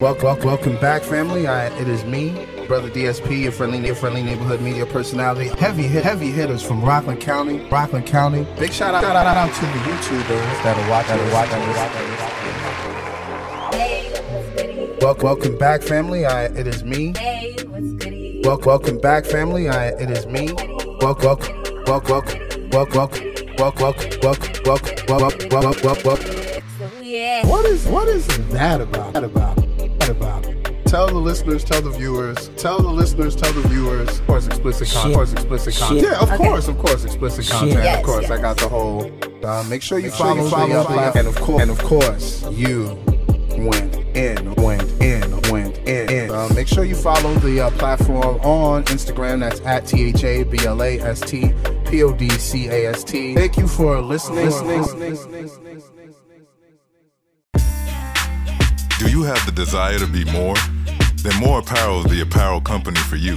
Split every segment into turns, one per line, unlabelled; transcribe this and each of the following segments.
Welcome, welcome, welcome back, family. I, it is me, brother DSP, your friendly, your friendly neighborhood media personality. Heavy, hit, heavy hitters from Rockland County, Rockland County. Big shout out, shout out to the YouTubers that are watching, that are watching, that are watching. Welcome, welcome back, family. I, it is me.
Hey, what's goody?
Welcome, welcome back, family. I, it is me. Welcome, welcome, welcome, welcome, welcome, welcome, welcome, welcome, welcome, welcome, welcome, welcome.
So, yeah.
What is what is that about? That about? That about? Tell the listeners, tell the viewers, tell the listeners, tell the viewers. Of course, explicit
Shit.
content. Of course, explicit content.
Shit.
Yeah, of
Okay.
course, of course, explicit content.
Yes,
of course, I
yes.
got the whole. Uh, make sure you follow,
you
follow,
follow,
follow, and of course, and of course, you went in, went in, went in. in. Uh, make sure you follow the uh, platform on Instagram. That's at T H A B L A S T P O D C A S T. Thank you for listening.
Do you have the desire to be more? Then More Apparel is the apparel company for you.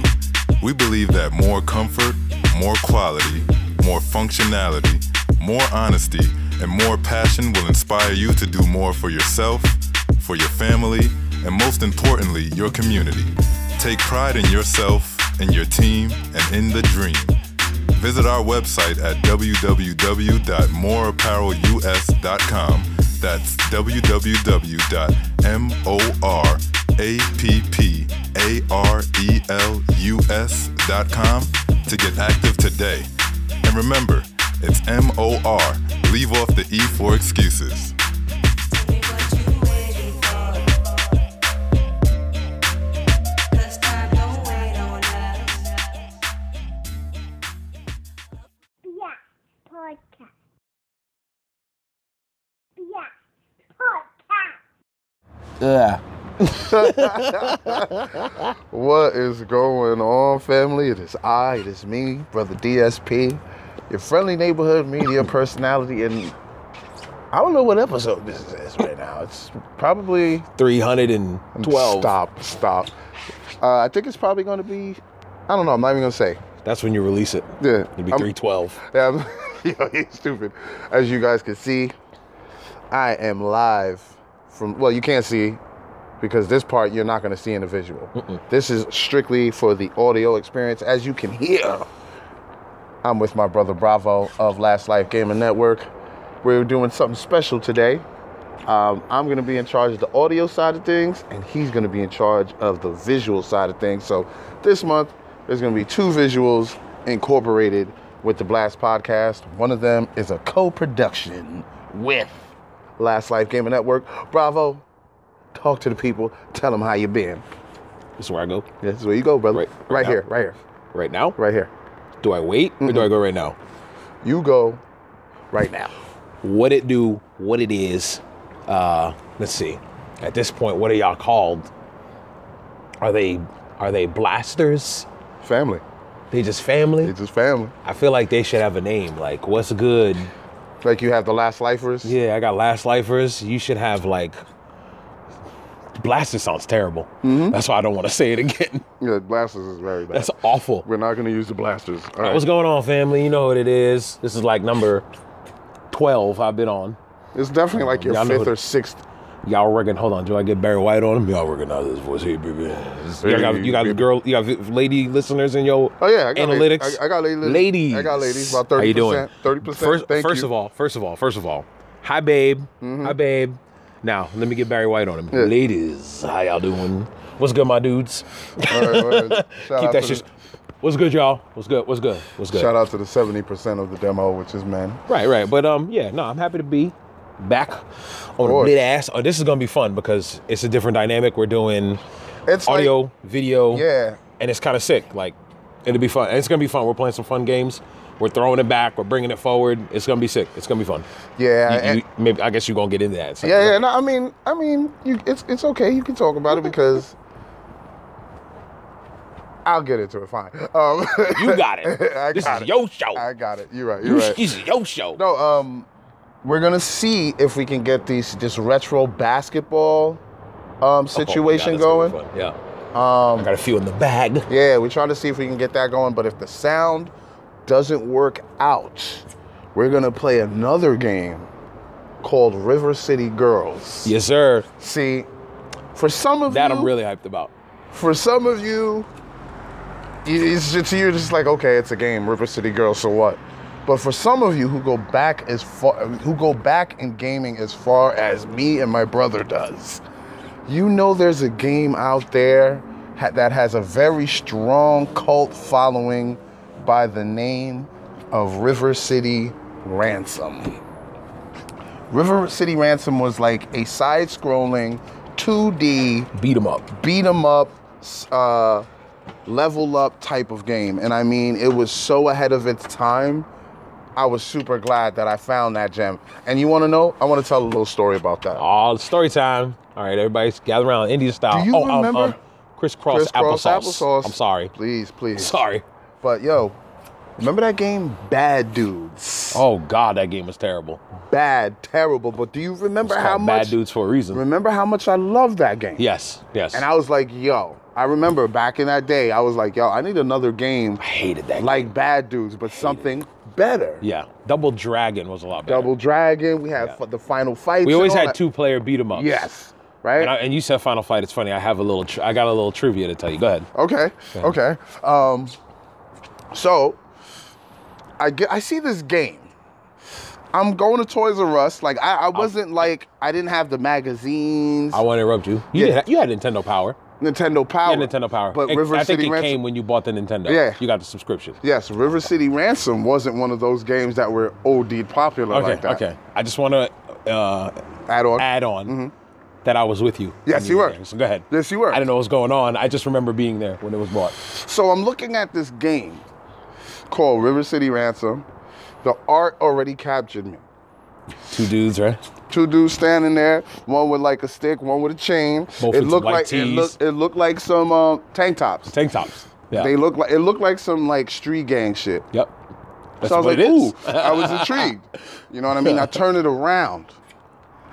We believe that more comfort, more quality, more functionality, more honesty, and more passion will inspire you to do more for yourself, for your family, and most importantly, your community. Take pride in yourself, in your team, and in the dream. Visit our website at www.moreapparelus.com. That's E www.morapparelus.com to get active today. And remember, it's M O R. Leave off the E for excuses.
Yeah, podcast. Yeah, podcast.
Yeah.
What is going on, family? It is I, it is me, Brother DSP, your friendly neighborhood media personality. And I don't know what episode this is right now. It's probably
312.
Stop, stop. Uh, I think it's probably going to be, I don't know, I'm not even going to say.
That's when you release it.
Yeah.
It'd be
I'm-
312.
Yeah, I'm- yo, he's stupid. As you guys can see, I am live from. Well, you can't see because this part you're not going to see in the visual. This is strictly for the audio experience. As you can hear, I'm with my brother Bravo of Last Life Gaming Network. We're doing something special today. Um, I'm going to be in charge of the audio side of things, and he's going to be in charge of the visual side of things. So this month, there's going to be two visuals incorporated with the Blast Podcast. One of them is a co-production with Last Life Gaming Network. Bravo! Talk to the people. Tell them how you been.
This is where I go.
This is where you go, brother.
Right-
right
right
here,
now.
right here,
Right now?
right Mm-hmm. here.
Do I wait or do I go right now?
You go right now.
What it do, what it is. Uh, let's see. At this point, what are y'all called? Are they are they blasters?
Family.
They just family?
It's just family.
I feel like they should have a name. Like, what's good?
Like you have the Last Lifers.
Yeah, I got last lifers. You should have like blaster sounds terrible.
Mm-hmm.
That's why I don't want to say it again.
Yeah, blasters is very bad.
That's awful.
We're not going to use the blasters. All right.
What's going on, family? You know what it is. This is like number 12 I've been on.
It's definitely like your
Y'all know
fifth
who-
or sixth.
Y'all recognize, hold on, do I get Barry White on him? Y'all recognize his voice. Hey, baby. Y'all got, you got girl, you got lady listeners in your
Oh yeah, I got
analytics.
Ladies. I, I got ladies.
ladies.
I got ladies. About
How
thirty
you doing?
percent. Thirty percent.
First,
Thank
first
you. Mm-hmm.
of all, first of all, first of all, hi babe, hi babe. Now let me get Barry White on him. Ladies, how y'all doing? What's good, my dudes?
All right, all right. Shout
Keep
out
that
to
shit.
the-
What's good, y'all? What's good? What's good? What's good?
Shout out to the seventy percent of the demo, which is men.
Right, right. But um, yeah, no, I'm happy to be back on
course.
mid ass. Oh, this is gonna be fun because it's a different dynamic. We're doing
It's like-
audio, video,
Yeah.
and it's kind of sick. Like, it'll be fun. And it's gonna be fun. We're playing some fun games. We're throwing it back. We're bringing it forward. It's gonna be sick. It's gonna be fun.
Yeah.
You-
and-
you- maybe I guess you're gonna get into that. So-
yeah. Yeah. No, I mean, I mean, you, it's it's okay. You can talk about it because I'll get into it. Fine. Um,
You got it.
I
this
got
is
it.
your show.
I got it. You're right. You're
You-
right.
This is your show.
No, um, we're gonna see if we can get these this retro basketball um
Oh my God,
situation
that's gonna be
going.
fun. Yeah. Um, I got a few in the bag.
Yeah, we're trying to see if we can get that going. But if the sound doesn't work out, we're gonna play another game called River City Girls.
Yes, sir.
See, For some of
That
you,
I'm really hyped about.
for some of you, it's just, you're just like, okay, it's a game, River City Girls, so what? But for some of you who go back as far, who go back in gaming as far as me and my brother does, you know there's a game out there ha- that has a very strong cult following by the name of River City Ransom. River City Ransom was like a side-scrolling 2D
Beat 'em up.
beat 'em up, s- uh, level up type of game. And I mean, it was so ahead of its time. I was super glad that I found that gem. And you want to know? I want to tell a little story about that.
All story time. All right, everybody's gather around Indian style. Oh, um,
Do you remember
crisscross, applesauce. I'm sorry.
Please, please.
Sorry.
But yo, remember that game, Bad Dudes?
Oh God, that game was terrible.
Bad, terrible. But do you remember
It's
how
called Bad
much?
dudes for a reason.
Remember how much I loved that game?
yes, yes.
And I was like, yo, I remember back in that day, I was like, yo, I need another game
hated that. Like,
like bad dudes, but something better.
yeah, Double Dragon was a lot better.
Double Dragon. We had
Yeah.
fu- the final fights.
We
and
always
all
had
that.
two player beat 'em ups.
Yes. Right.
And, I, and you said Final Fight. It's funny. I have a little. Tr- I got a little trivia to tell you. Go ahead.
okay. Okay. Um, so I get. I see this game. I'm going to Toys R Us. Like I, I wasn't like I didn't have the magazines.
I want to interrupt you. You,
Yeah.
did, you had Nintendo Power.
Nintendo Power.
Yeah, Nintendo Power.
But
It-
River
I think
City
it
Ransom.
came when you bought the Nintendo.
Yeah.
You got the subscription.
yes, River City Ransom wasn't one of those games that were OD popular
Okay.
like that.
okay. I just want to uh,
Add on.
add on that I was with you.
Mm-hmm. Yes,
when
you were.
there. So go ahead.
Yes, you were.
I didn't know what was going on. I just remember being there when it was bought.
So I'm looking at this game called River City Ransom. The art already captured me.
Two dudes, right?
Two dudes standing there, one with like a stick, one with a chain.
with
it looked
white
like it
tees.
looked it looked like some um, tank tops.
Tank tops. Yeah.
They look like it looked like some like street gang shit.
yep. That's
so I was like,
what it is.
ooh, I was intrigued. You know what I mean? I turn it around,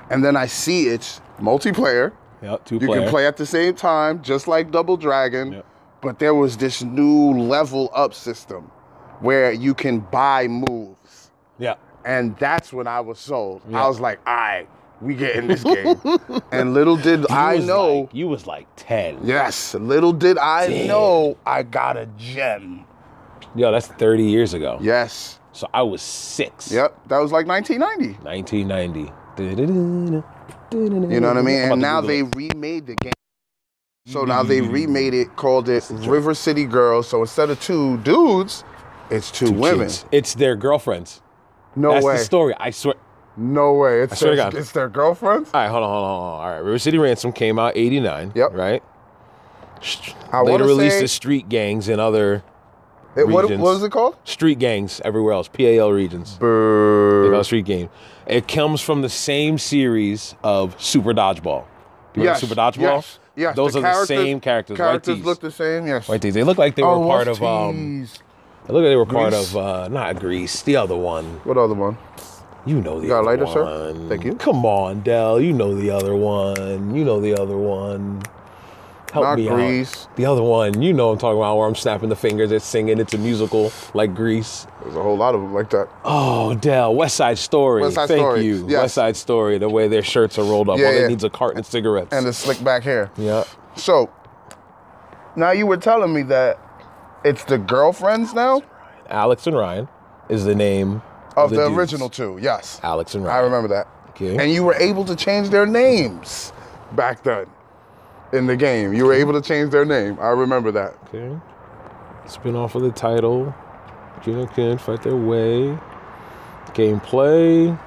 and then I see it's multiplayer.
Yep. Two
You
player.
can play at the same time, just like Double Dragon,
Yep.
but there was this new level up system where you can buy moves.
Yeah.
And that's when I was sold. I was like, all right, we get in this game. and little did
You
I
was
know,
like- you was like ten.
yes, little did I know I got a gem.
Yo, that's thirty years ago.
Yes.
So I was six.
Yep. That was like 1990.
1990.
You
You
know what I mean? And now they remade the game. So now they
Mm.
remade it, called it River City Girls. So instead of two dudes, it's two, women.
It's their girlfriends.
No
That's
way.
the story. I swear.
No way. It's
swear to
their,
God.
it's their girlfriends.
All right, hold on, hold on, hold on. All right, River City Ransom came out '89.
Yep.
Right. Sh-
I
Later
wanna
released
say-
to street gangs and other
It- what, what
Regions.
was it called?
street gangs everywhere else. PAL regions. They
Boo.
call it street game. It comes from the same series of Super Dodgeball. Do you
Yes,
remember Super Dodgeball?
Yes. yes.
Those
The
are the same characters.
Characters
white tees.
look the same. Yes.
White tees. They look like they
oh,
were part
what's
of um.
tees?
They look like they were part
Grease?
of uh, not Greece, the other one.
What other one?
You know the
got a
other
lighter, sir?
one.
Thank you.
Come on, Dell. You know the other one. You know the other one. Help
Not
me
Grease.
out. The other one. You know what I'm talking about where I'm snapping the fingers. It's singing. It's a musical like Greece.
There's a whole lot of them like that.
Oh, Dell. West Side Story.
West Side
Thank
Story,
you.
yes.
West Side Story. The way their shirts are rolled up.
Yeah,
All they
yeah.
needs a carton of cigarettes.
And the slick back hair.
yeah.
So now you were telling me that it's the girlfriends now
Alex and Ryan is the name
of the,
dudes.
original two. Yes.
Alex and Ryan.
I remember that.
Okay.
And you were able to change their names back then in the game. You were able to change their name. I remember that.
Okay. Spin off of the title. Juno can fight their way. Gameplay.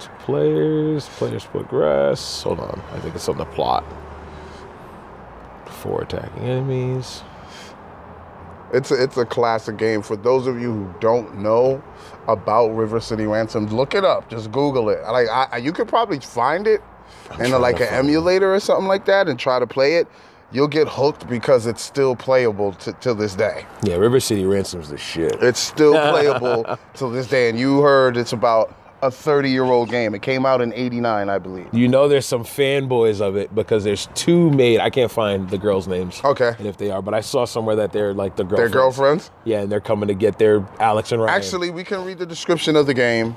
Two players. Players progress. Hold on. I think it's on the plot. Four attacking enemies.
It's a, it's a classic game. For those of you who don't know about River City Ransom, look it up. Just Google it. Like I, I- you could probably find it in a,
trying
like
to
an
find it.
emulator or something like that, and try to play it. You'll get hooked because it's still playable to till this day.
Yeah, River City Ransom's the shit.
It's still playable till this day. And you heard it's about a 30 year old game. It came out in '89, I believe.
You know there's some fanboys of it because there's two made. I can't find the girls' names.
Okay.
And if they are, but I saw somewhere that they're like the
Their girlfriends.
girlfriends. Yeah, and they're coming to get their Alex and Ryan.
Actually, we can read the description of the game.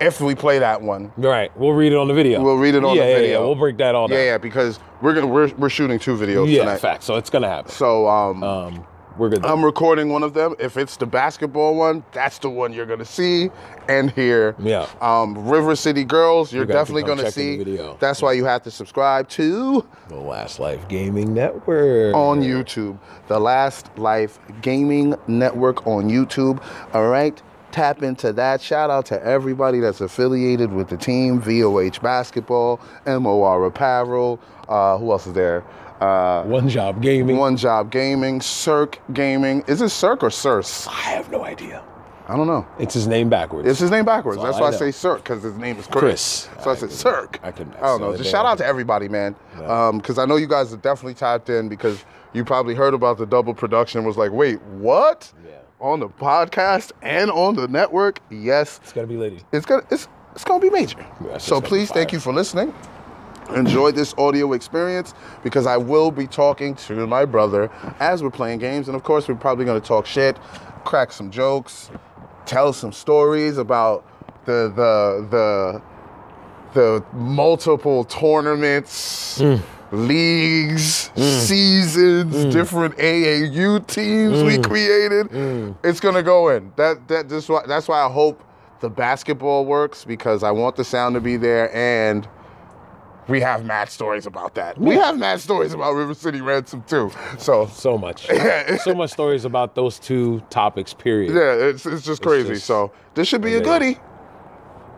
if we play that one.
Right. We'll read it on the video.
We'll read it on
yeah,
the
yeah,
video.
Yeah, we'll break that all
Yeah,
down.
yeah, because we're gonna we're, we're shooting two videos
yeah,
tonight.
fact. So it's gonna happen.
So um,
Um, we're good.
I'm recording one of them. If it's the basketball one, that's the one you're gonna see and hear.
Yeah.
Um, River City Girls, you're,
You're gonna have to
definitely
come
gonna
check the
see.
video.
That's why you have to subscribe to
the Last Life Gaming Network
on YouTube, the Last Life Gaming Network on YouTube. All right, tap into that. Shout out to everybody that's affiliated with the team: VOH Basketball, MOR Apparel. Uh, who else is there? Uh,
One Job Gaming.
One Job Gaming, Cirque Gaming. Is it Cirque or Circe?
I have no idea.
I don't know.
It's his name backwards.
It's his name backwards.
That's
That's
all
why I,
I
say
know.
Cirque because his name is
Chris.
Chris. So I,
I
said
couldn't-
Cirque.
I couldn't-
I don't know.
so
Just
they-
shout out to everybody, man. Because I know you guys are definitely tapped in because you probably heard about the double production. and Was like, wait, what?
Yeah.
On the podcast and on the network? Yes,
it's gotta be lady.
it's gonna it's it's gonna be major.
it's
so
gonna be
please thank
fire.
you for listening. Enjoy this audio experience because I will be talking to my brother as we're playing games, and of course we're probably gonna talk shit, crack some jokes, tell some stories about the the the the multiple tournaments,
Mm.
leagues, seasons, different AAU teams we
Mm.
created. It's gonna go in. That that this why that's why I hope the basketball works because I want the sound to be there and we have mad stories about that. We have mad stories about River City Ransom too. So
So much. so much stories about those two topics, period.
yeah, it's it's just crazy.
just-
so this should be a
Amazing.
goodie.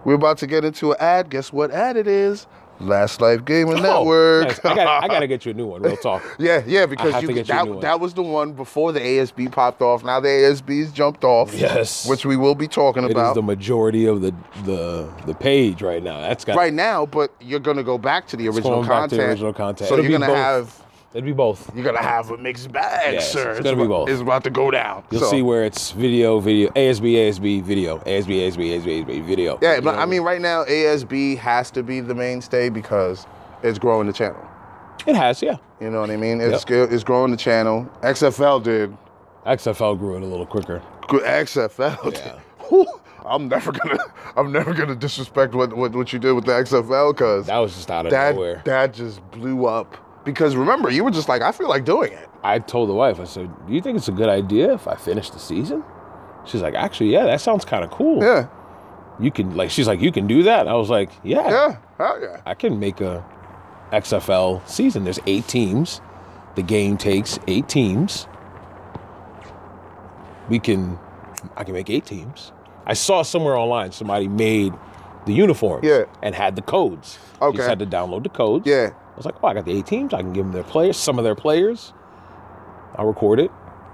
We're about to get into an ad. Guess what ad it is? Last Life Gamer
Oh,
Network.
nice. I, gotta, I gotta get you a new one, real talk.
Yeah, yeah, because
have
you,
to get you a
that,
new one.
that was the one before the ASB popped off. Now the ASB's jumped off.
Yes.
Which we will be talking
It is
about
the majority of the the the page right now. That's got
right now, but you're gonna go back to the original
going back
content.
to the original content.
So
It'll
you're gonna
be both.
have
It'd be both.
you're gonna have a mixed bag,
Yes,
sir.
it's gonna be
about,
both.
It's about to go down.
You'll
So-
see where it's video, video, ASB, ASB, video, ASB, ASB, ASB, ASB video.
Yeah,
You
but
know?
I mean right now ASB has to be the mainstay because it's growing the channel.
it has, yeah.
You know what I mean? It's it's growing the channel. XFL did.
XFL grew it a little quicker.
XFL.
Yeah.
Whew, I'm never gonna I'm never gonna disrespect what, what, what you did with the XFL because
That was just out of nowhere.
that, that just blew up. Because remember, you were just like, I feel like doing it.
I told the wife, I said, "Do you think it's a good idea if I finish the season?" She's like, "Actually, yeah, that sounds kind of cool.
Yeah.
You can like." She's like, "You can do that." I was like, "Yeah,
Yeah. Hell yeah.
I can make a XFL season. There's eight teams. The game takes eight teams. We can, I can make eight teams. I saw somewhere online somebody made the uniforms
Yeah.
and had the codes. You
Okay.
just had to download the codes.
Yeah.
I was like, oh, I got the eight teams. I can give them their players, some of their players. I'll record it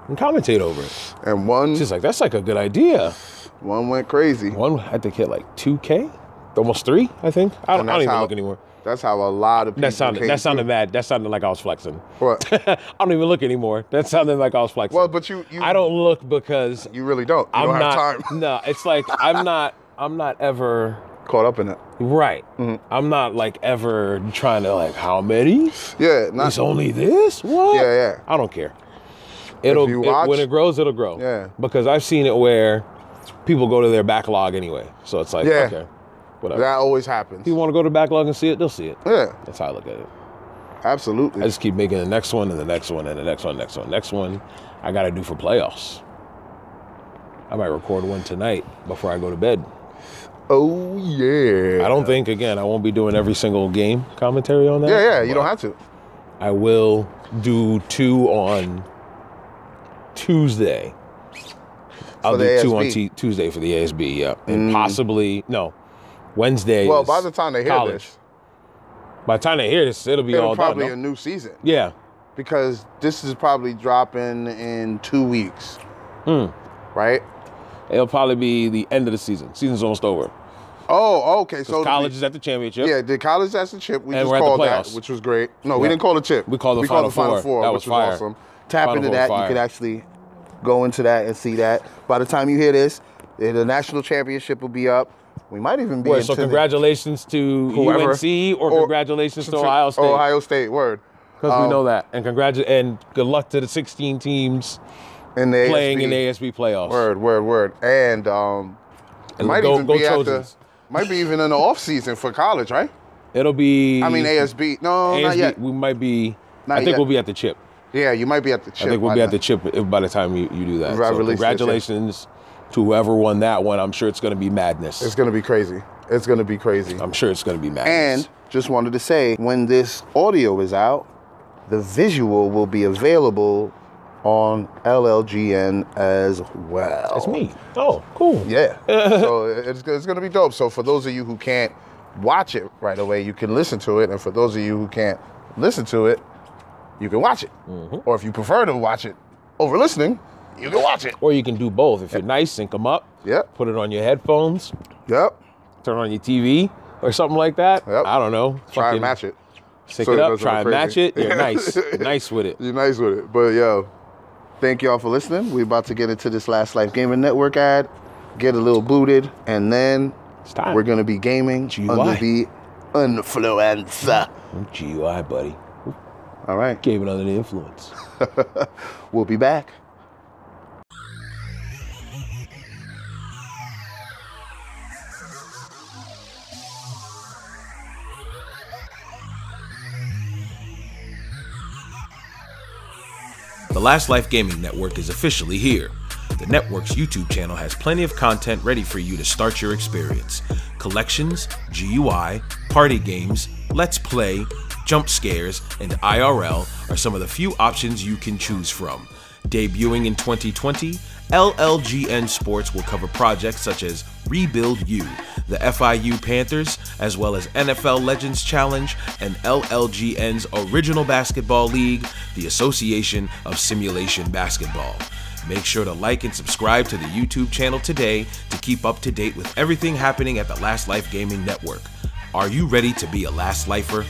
and commentate over it.
And one
She's like, that's like a good idea.
one went crazy.
One, I think, hit like 2K, almost three, I think.
And
I don't, I don't
that's
even
how-
look anymore.
That's how a lot of people
That sounded
came
that sounded bad. That sounded like I was flexing.
through. What?
I don't even look anymore. That sounded like I was flexing.
Well, but you- you-
I don't look because
You really don't. You
I'm
don't
not.
have time.
No, it's like I'm not. I'm not ever
Caught up in it.
right.
Mm-hmm.
I'm not like ever trying to like how many?
Yeah, not
It's only this? What?
Yeah, yeah.
I don't care. It'll
you
it-
watch-
when it grows, it'll grow.
Yeah.
Because I've seen it where people go to their backlog anyway. So it's like
Yeah.
okay, whatever.
that always happens.
If you want to go to backlog and see it, they'll see it.
Yeah,
That's how I look at it.
absolutely.
I just keep making the next one and the next one and the next one, next one, next one. I got to do for playoffs. I might record one tonight before I go to bed.
oh yeah.
I don't think again. I won't be doing every single game commentary on that.
Yeah, yeah. You don't have to.
I will do two on Tuesday. I'll
For
do
the
two on
ASB.
t- Tuesday for the ASB. Yeah, and possibly no Wednesday.
Mm. Well,
is
by the time they hear
college.
this,
by the time they hear this, it'll be
it'll
all
probably
done.
a
no?
new season
Yeah,
because this is probably dropping in two weeks.
Hmm.
Right.
it'll probably be the end of the season. Season's almost over.
Oh, okay. So
So
the-
college is at the championship.
Yeah, the college that's the chip. We
And
just
we're at the
called that,
playoffs.
which was great. No, we
Yeah.
didn't call the chip.
We called the Final Four. That
which
was fire.
awesome. Tap
Final
into
Four
that.
fire.
You could actually go into that and see that. By the time you hear this, eh, the national championship will be up. We might even be
Well,
into
so
the-
congratulations to
whoever.
UNC or, congratulations to, Ohio State.
Ohio State, word.
because
Um,
we know that. And congratu- and good luck to the 16 teams
in the
playing
ASB.
in the ASB playoffs.
Word, word, word. And um, it
And
might
go-
even
go
be at the
Trojans.
Might be even in the off season for college, right?
It'll be.
I mean ASB. No, not
ASB
yet.
We might be. I
Not
think
yet.
we'll be at the chip.
Yeah, you might be at the chip.
I think we'll
by
be at the
then.
chip i- by the time you, you do that.
Right,
So
release the chip.
congratulations to whoever won that one. I'm sure it's going to be madness.
It's gonna be crazy. It's gonna be crazy.
I'm sure it's going to be madness.
And just wanted to say, when this audio is out, the visual will be available on LLGN as well.
it's me. Oh, cool.
Yeah. so it's, it's going to be dope. So for those of you who can't watch it right away, you can listen to it. And for those of you who can't listen to it, you can watch it. Or if you prefer to watch it over listening, you can watch it.
Or you can do both. If you're nice, sync them up.
Yep.
Put it on your headphones.
Yep.
Turn on your TV or something like that.
Yep.
I don't know.
Try
Fucking
and match it.
Sync
so
it
it
up.
doesn't
Try
look
and match
crazy.
it. Yeah, nice. nice with it.
You're nice with it. But yo, thank y'all for listening. We're about to get into this Last Life Gaming Network ad, get a little booted, and then
It's time.
we're gonna be gaming under
GUI.
the influenza.
GUI, buddy.
All right,
Gave it under the influence.
we'll be back.
The Last Life Gaming Network is officially here. The network's YouTube channel has plenty of content ready for you to start your experience collections, GUI, party games, Let's Play, jump scares, and IRL are some of the few options you can choose from. Debuting in 2020, LLGN Sports will cover projects such as Rebuild U, the FIU Panthers, as well as NFL Legends Challenge and LLGN's Original Basketball League, the Association of Simulation Basketball. Make sure to like and subscribe to the YouTube channel today to keep up to date with everything happening at the Last Life Gaming Network. Are you ready to be a Last Lifer?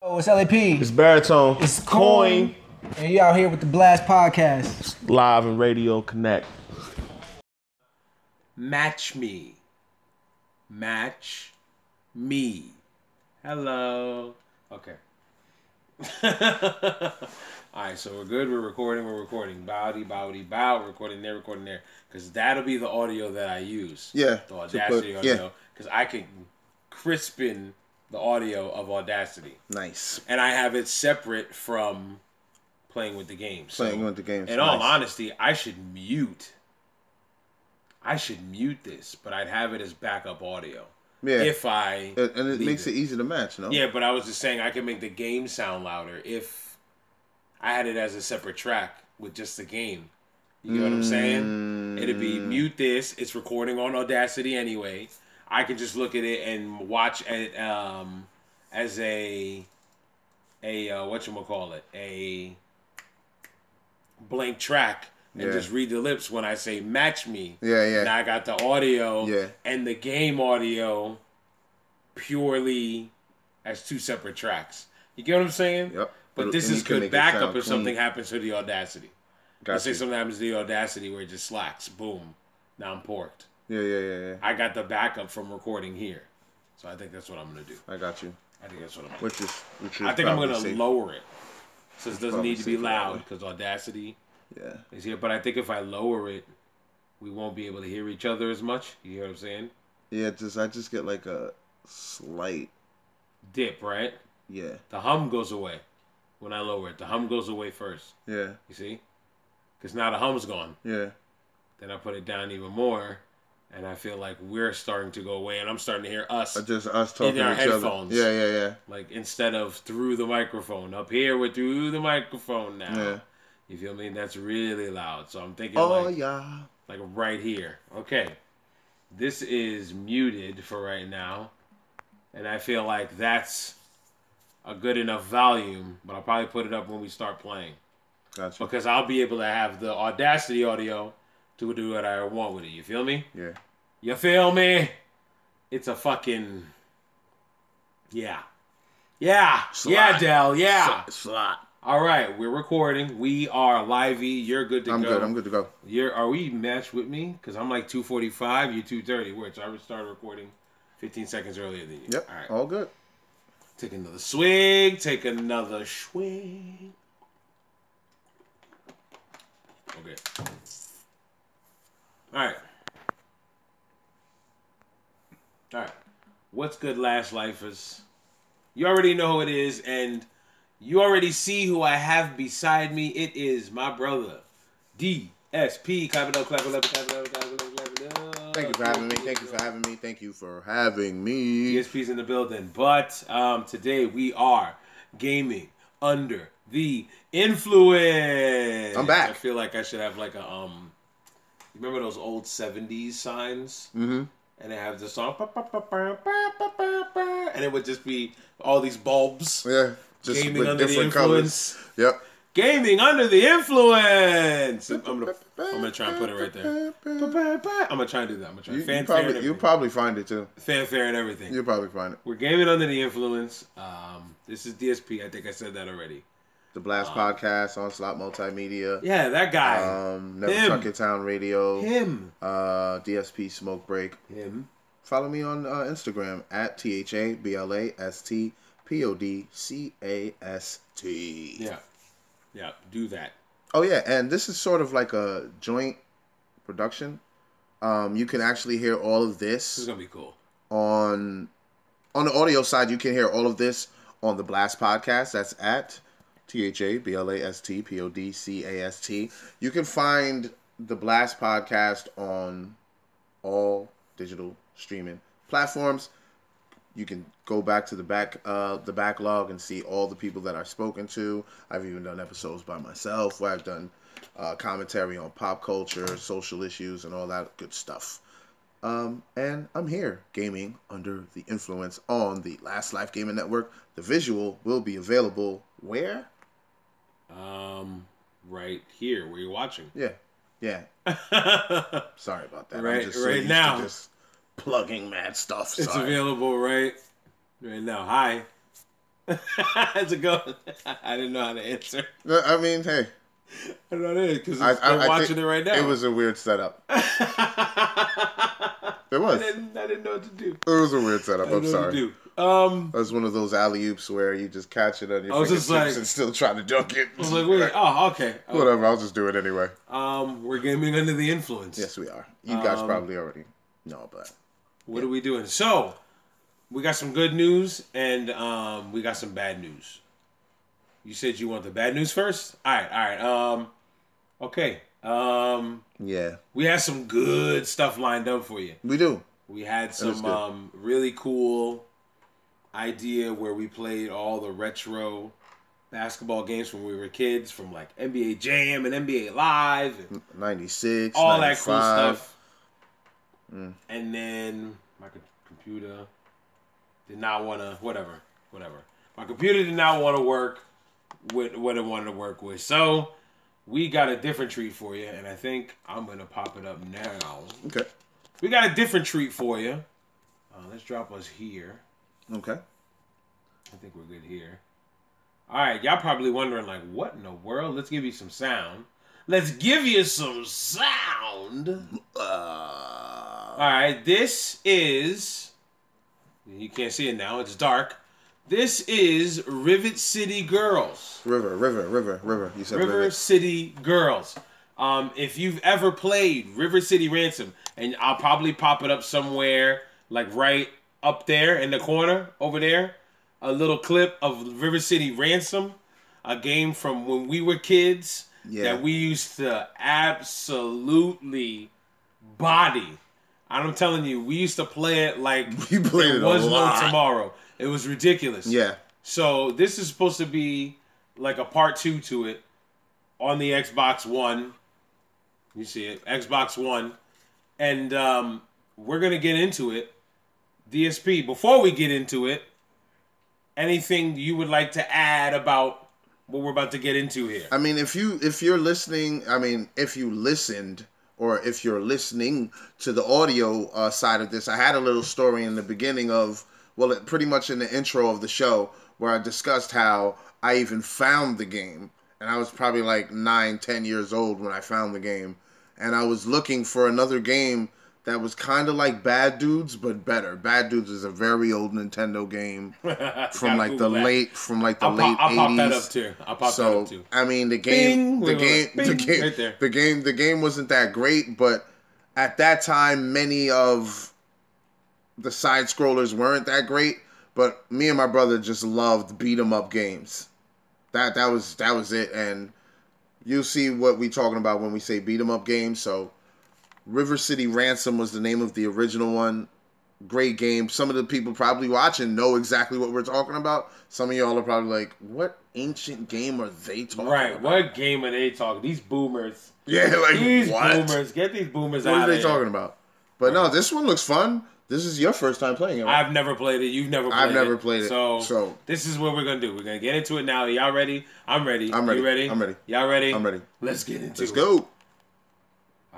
Oh, it's LAP.
It's baritone. It's coin.
And you out here with the Blast Podcast.
Live and radio connect.
Match me. Match me. Hello. Okay. All right, so we're good. We're recording. We're recording. Bowdy, bowdy, bow. Recording there, recording there. Because that'll be the audio that I use.
Yeah, to
The Audacity
put- yeah.
audio. Because Oh, I can crispen the audio of Audacity.
Nice
And I have it separate from playing with the game. So
the game.
in all honesty, I should mute. I should mute this, but I'd have it as backup audio.
Yeah.
If I leave
easy to match, no?
Yeah, but I was just saying I could make the game sound louder if I had it as a separate track with just the game. You know what I'm saying? It'd be mute this. It's recording on Audacity anyway. I could just look at it and watch it um, as a a uh, what you call it a blank track and
Yeah.
just read the lips when I say match me.
Yeah, yeah.
And I got the audio
Yeah.
and the game audio purely as two separate tracks. You get what I'm saying?
Yep.
But
And-
this
and
is
you can
good
make it
backup
sound
if something
clean.
happens to the audacity. Let's say
Gotcha.
something happens to the audacity where it just slacks. Boom. Now I'm porked.
yeah, yeah, yeah, yeah.
I got the backup from recording here. So I think that's what I'm gonna do.
I got you.
I think that's what I'm gonna do.
Which is, which is
I think I'm
probably
gonna
safe.
lower it. So it doesn't
probably
need to be
safer that
loud
way.
because audacity
Yeah,
is here. But I think if I lower it, we won't be able to hear each other as much. You hear what I'm saying?
yeah. Just I just get like a slight.
Dip, right?
Yeah,
The hum goes away when I lower it. The hum goes away first.
yeah,
You see? Because now the hum's gone.
yeah.
Then I put it down even more, and I feel like we're starting to go away, and I'm starting to hear us.
Just us
talking to our each other. headphones. Yeah,
yeah,
Like instead of through the microphone. Up here, we're through the microphone now.
Yeah.
You feel me? That's really loud. So I'm thinking
Oh
like,
yeah.
like right here. Okay. This is muted for right now. And I feel like that's a good enough volume, but I'll probably put it up when we start playing.
Gotcha.
Because I'll be able to have the Audacity audio to do what I want with it. You feel me?
Yeah.
You feel me? It's a fucking. Yeah. Yeah. Yeah, Dell. Yeah.
Slot.
All right. We're recording. We are livey. You're good to
I'm
go.
good. I'm good to go.
You're are we matched with me? Because I'm like two forty five, you're two thirty. Where so I started recording fifteen seconds earlier than you.
Yep.
All right.
All good.
Take another swig. Take another swig.
Okay. All right. All right. What's good, Last Lifers? You already know who it is, and you already see who I have beside me. It is my brother, DSP. Clap it up, clap it up, clap it up, clap it up, clap it up.
Thank you for having me. Thank you for having me. Thank you for having me.
DSP's E in the building. But um, today we are gaming under the influence.
I'm back.
I feel like I should have like a um. you Remember those old '70s signs?
Mhm.
And they have the song, "Ba, ba, ba, ba, ba, ba, ba, ba," and it would just be all these bulbs.
Yeah, just
Gaming
with
under the
different colors.
influence.
Yep.
Gaming under the influence. I'm gonna, I'm gonna try and put it right there. Ba, ba, ba. I'm gonna try and do that. I'm gonna try.
You, you
and fanfare and
probably you
everything.
probably find it too.
fanfare and everything.
You probably find it.
We're gaming under the influence. Um, this is DSP. I think I said that already.
The Blast Podcast on Slot Multimedia.
Yeah, that guy.
Um, Never
Him.
Tuck It Town Radio.
him.
Uh, DSP Smoke Break.
Him.
Follow me on uh, Instagram at T H A B L A S T P O D C A S T.
Yeah. Yeah. Do that.
Oh yeah, and this is sort of like a joint production. Um, you can actually hear all of
This
this
is gonna be cool.
on on the audio side. You can hear all of this on the Blast Podcast. That's at T H A B L A S T P O D C A S T. You can find the Blast Podcast on all digital streaming platforms. You can go back to the back uh, the backlog and see all the people that I've spoken to. I've even done episodes by myself where I've done uh, commentary on pop culture, social issues, and all that good stuff. Um, and I'm here gaming under the influence on the Last Life Gaming Network. The visual will be available where?
Um, right here where you're watching.
Yeah, yeah. Sorry about that.
Right-
I'm just so
right
used to
now.
just plugging mad stuff.
It's
Sorry.
available right right now. Hi. How's it going? I didn't know how to answer.
No, I mean, hey,
I don't know because
I,
I'm
I, I
watching
think
it right now.
It was a weird setup. It was.
I
It
didn't, I didn't know what to do.
was a weird setup.
I didn't
I'm
know
sorry.
what to do. Um,
That was one of those alley oops where you just catch it on your
I was
fingertips
just like-
and still trying to dunk it.
I was like, wait. Oh, okay.
Whatever, I'll just do it anyway.
Um, we're gaming under the influence.
Yes, we are. You guys
Um,
probably already know, but
What are we doing? So, we got some good news and um, we got some bad news. You said you want the bad news first? All right, all right. Um, okay. Um,
yeah,
we have some good stuff lined up for you.
we do.
We had
is
some
good.
um, really cool idea where we played all the retro basketball games when we were kids, from like NBA Jam and NBA Live and
96,
all that cool
95.
stuff. And then my co- computer did not want to, whatever, whatever. My computer did not want to work with what it wanted to work with. So we got a different treat for you, and I think I'm gonna pop it up now.
Okay,
We got a different treat for you. Uh, let's drop us here.
okay.
I think we're good here. All right, y'all probably wondering like, what in the world? Let's give you some sound. Let's give you some sound.
Uh,
All right, this is. You can't see it now, it's dark. This is Rivet City Girls.
river, river, river, river. You said
River
river.
City Girls. Um, if you've ever played River City Ransom, and I'll probably pop it up somewhere, like right up there in the corner over there, a little clip of River City Ransom, a game from when we were kids
Yeah.
that we used to absolutely body. And I'm telling you, we used to play it like
We played
there
it a
was
lot.
no tomorrow. It was ridiculous.
Yeah,
So this is supposed to be like a part two to it on the Xbox One. You see it, Xbox One, and um, we're gonna get into it. DSP. Before we get into it, anything you would like to add about what we're about to get into here?
I mean, if you if you're listening, I mean, if you listened or if you're listening to the audio uh, side of this, I had a little story in the beginning of well, it, pretty much in the intro of the show where I discussed how I even found the game, and I was probably like nine, ten years old when I found the game, and I was looking for another game that was kind of like Bad Dudes, but better. Bad Dudes is a very old Nintendo game from
Gotta
like the
Google that.
late from like the
I'll
late
pop, I'll pop that up
eighties.
too. I'll pop that
So
up too.
I mean, the game,
Bing.
the
Wait,
game,
wait,
the
bing.
game,
Right there.
the game, the game wasn't that great, but at that time, many of the side scrollers weren't that great. But me and my brother just loved beat 'em up games. That that was that was it, and you'll see what we talking about when we say beat 'em up games. So, River City Ransom was the name of the original one. Great game. Some of the people probably watching know exactly what we're talking about. Some of y'all are probably like, "What ancient game are they talking
Right.
about?"
What game are they talking? These boomers.
Yeah, like
These
what?
boomers. Get these boomers
What
out
are
of
they
here.
talking about? But no, this one looks fun. This is your first time playing it. right?
I've never played it. You've never played
I've
it.
never played it,
So,
so-
this is what we're going to do. We're going to get into it now. Y'all ready? I'm ready.
I'm ready.
You ready?
I'm ready.
Y'all ready?
I'm ready.
Let's get into
Let's
it.
go.
All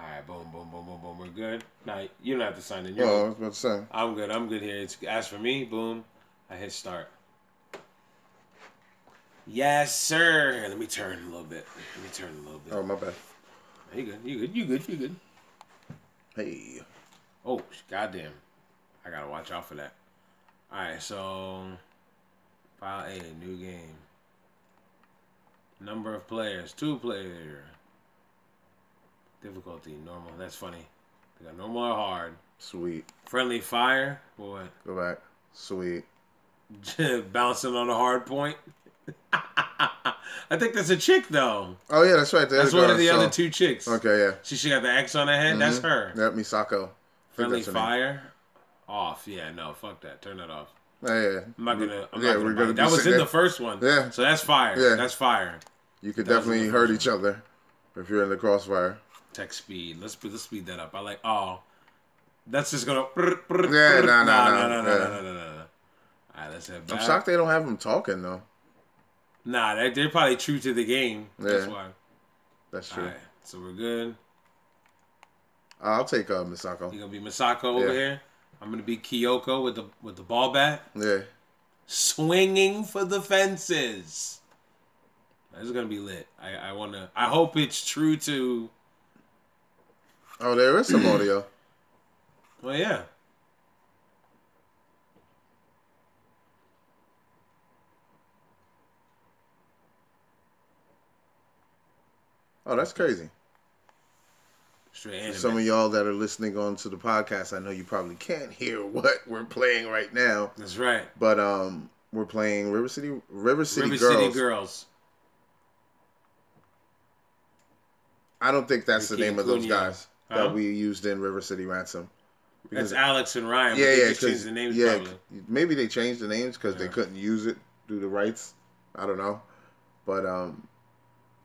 right. Boom, boom, boom, boom, boom. We're good. Now, you don't have to sign in. You're
Oh, I
good.
was about to say.
I'm good. I'm good here. It's As for me, boom. I hit start. Yes, sir. Here, let me turn a little bit. Let me turn a little bit.
Oh, my bad.
You good. You good. You good. You good.
Hey,
Oh, sh- goddamn. I gotta watch out for that. Alright, so file A, new game. Number of players, two player. Difficulty, normal. That's funny. They got normal or hard.
sweet.
Friendly fire, boy.
Go back. Sweet.
Bouncing on a hard point. I think that's a chick though.
Oh yeah, that's right. There's
That's one
a
of the
girl I
other
saw.
two chicks.
Okay, Mm-hmm. yeah.
She she got the X on her head. That's her.
Yep, Misako. I think
Friendly
that's her name.
fire, off. Yeah, no, fuck that. Turn that off.
Yeah, yeah.
I'm not gonna. I'm
Yeah,
not
we're gonna
gonna. buy it. that
be
was
sitting
in
there-
the first one.
Yeah.
So that's fire.
Yeah.
That's fire.
You could
That was
definitely
the
hurt
first
each other if you're in the crossfire.
Tech speed. Let's sp- let's speed that up. I like. Oh, that's just gonna. Yeah. No.
Yeah, nah, nah, nah,
No. No. No.
yeah.
No. No. No. no. All right. Let's head
I'm
back.
shocked they don't have them talking though.
Nah, they they're probably true to the game. That's
Yeah,
why.
That's true.
All right. So we're good.
I'll take uh, Misako.
You're gonna be Masako over
Yeah.
here. I'm gonna be Kyoko with the with the ball bat,
Yeah.
swinging for the fences. This is gonna be lit. I I wanna. I hope it's true to.
Oh, there is some audio.
Well, yeah.
Oh, that's crazy.
Straight anime.
Some of y'all that are listening on to the podcast, I know you probably can't hear what we're playing right now,
That's right.
but um, we're playing River City River City,
River
Girls.
City Girls.
I don't think that's
Ricky
the name of those
Cunha.
guys
Huh?
that we used in River City Ransom.
That's
Because-
Alex and Ryan.
yeah,
but they
yeah,
just changed
'cause-
the names
yeah.
probably.
Maybe they changed the names because they
Yeah.
couldn't use it due to rights. I don't know, but um,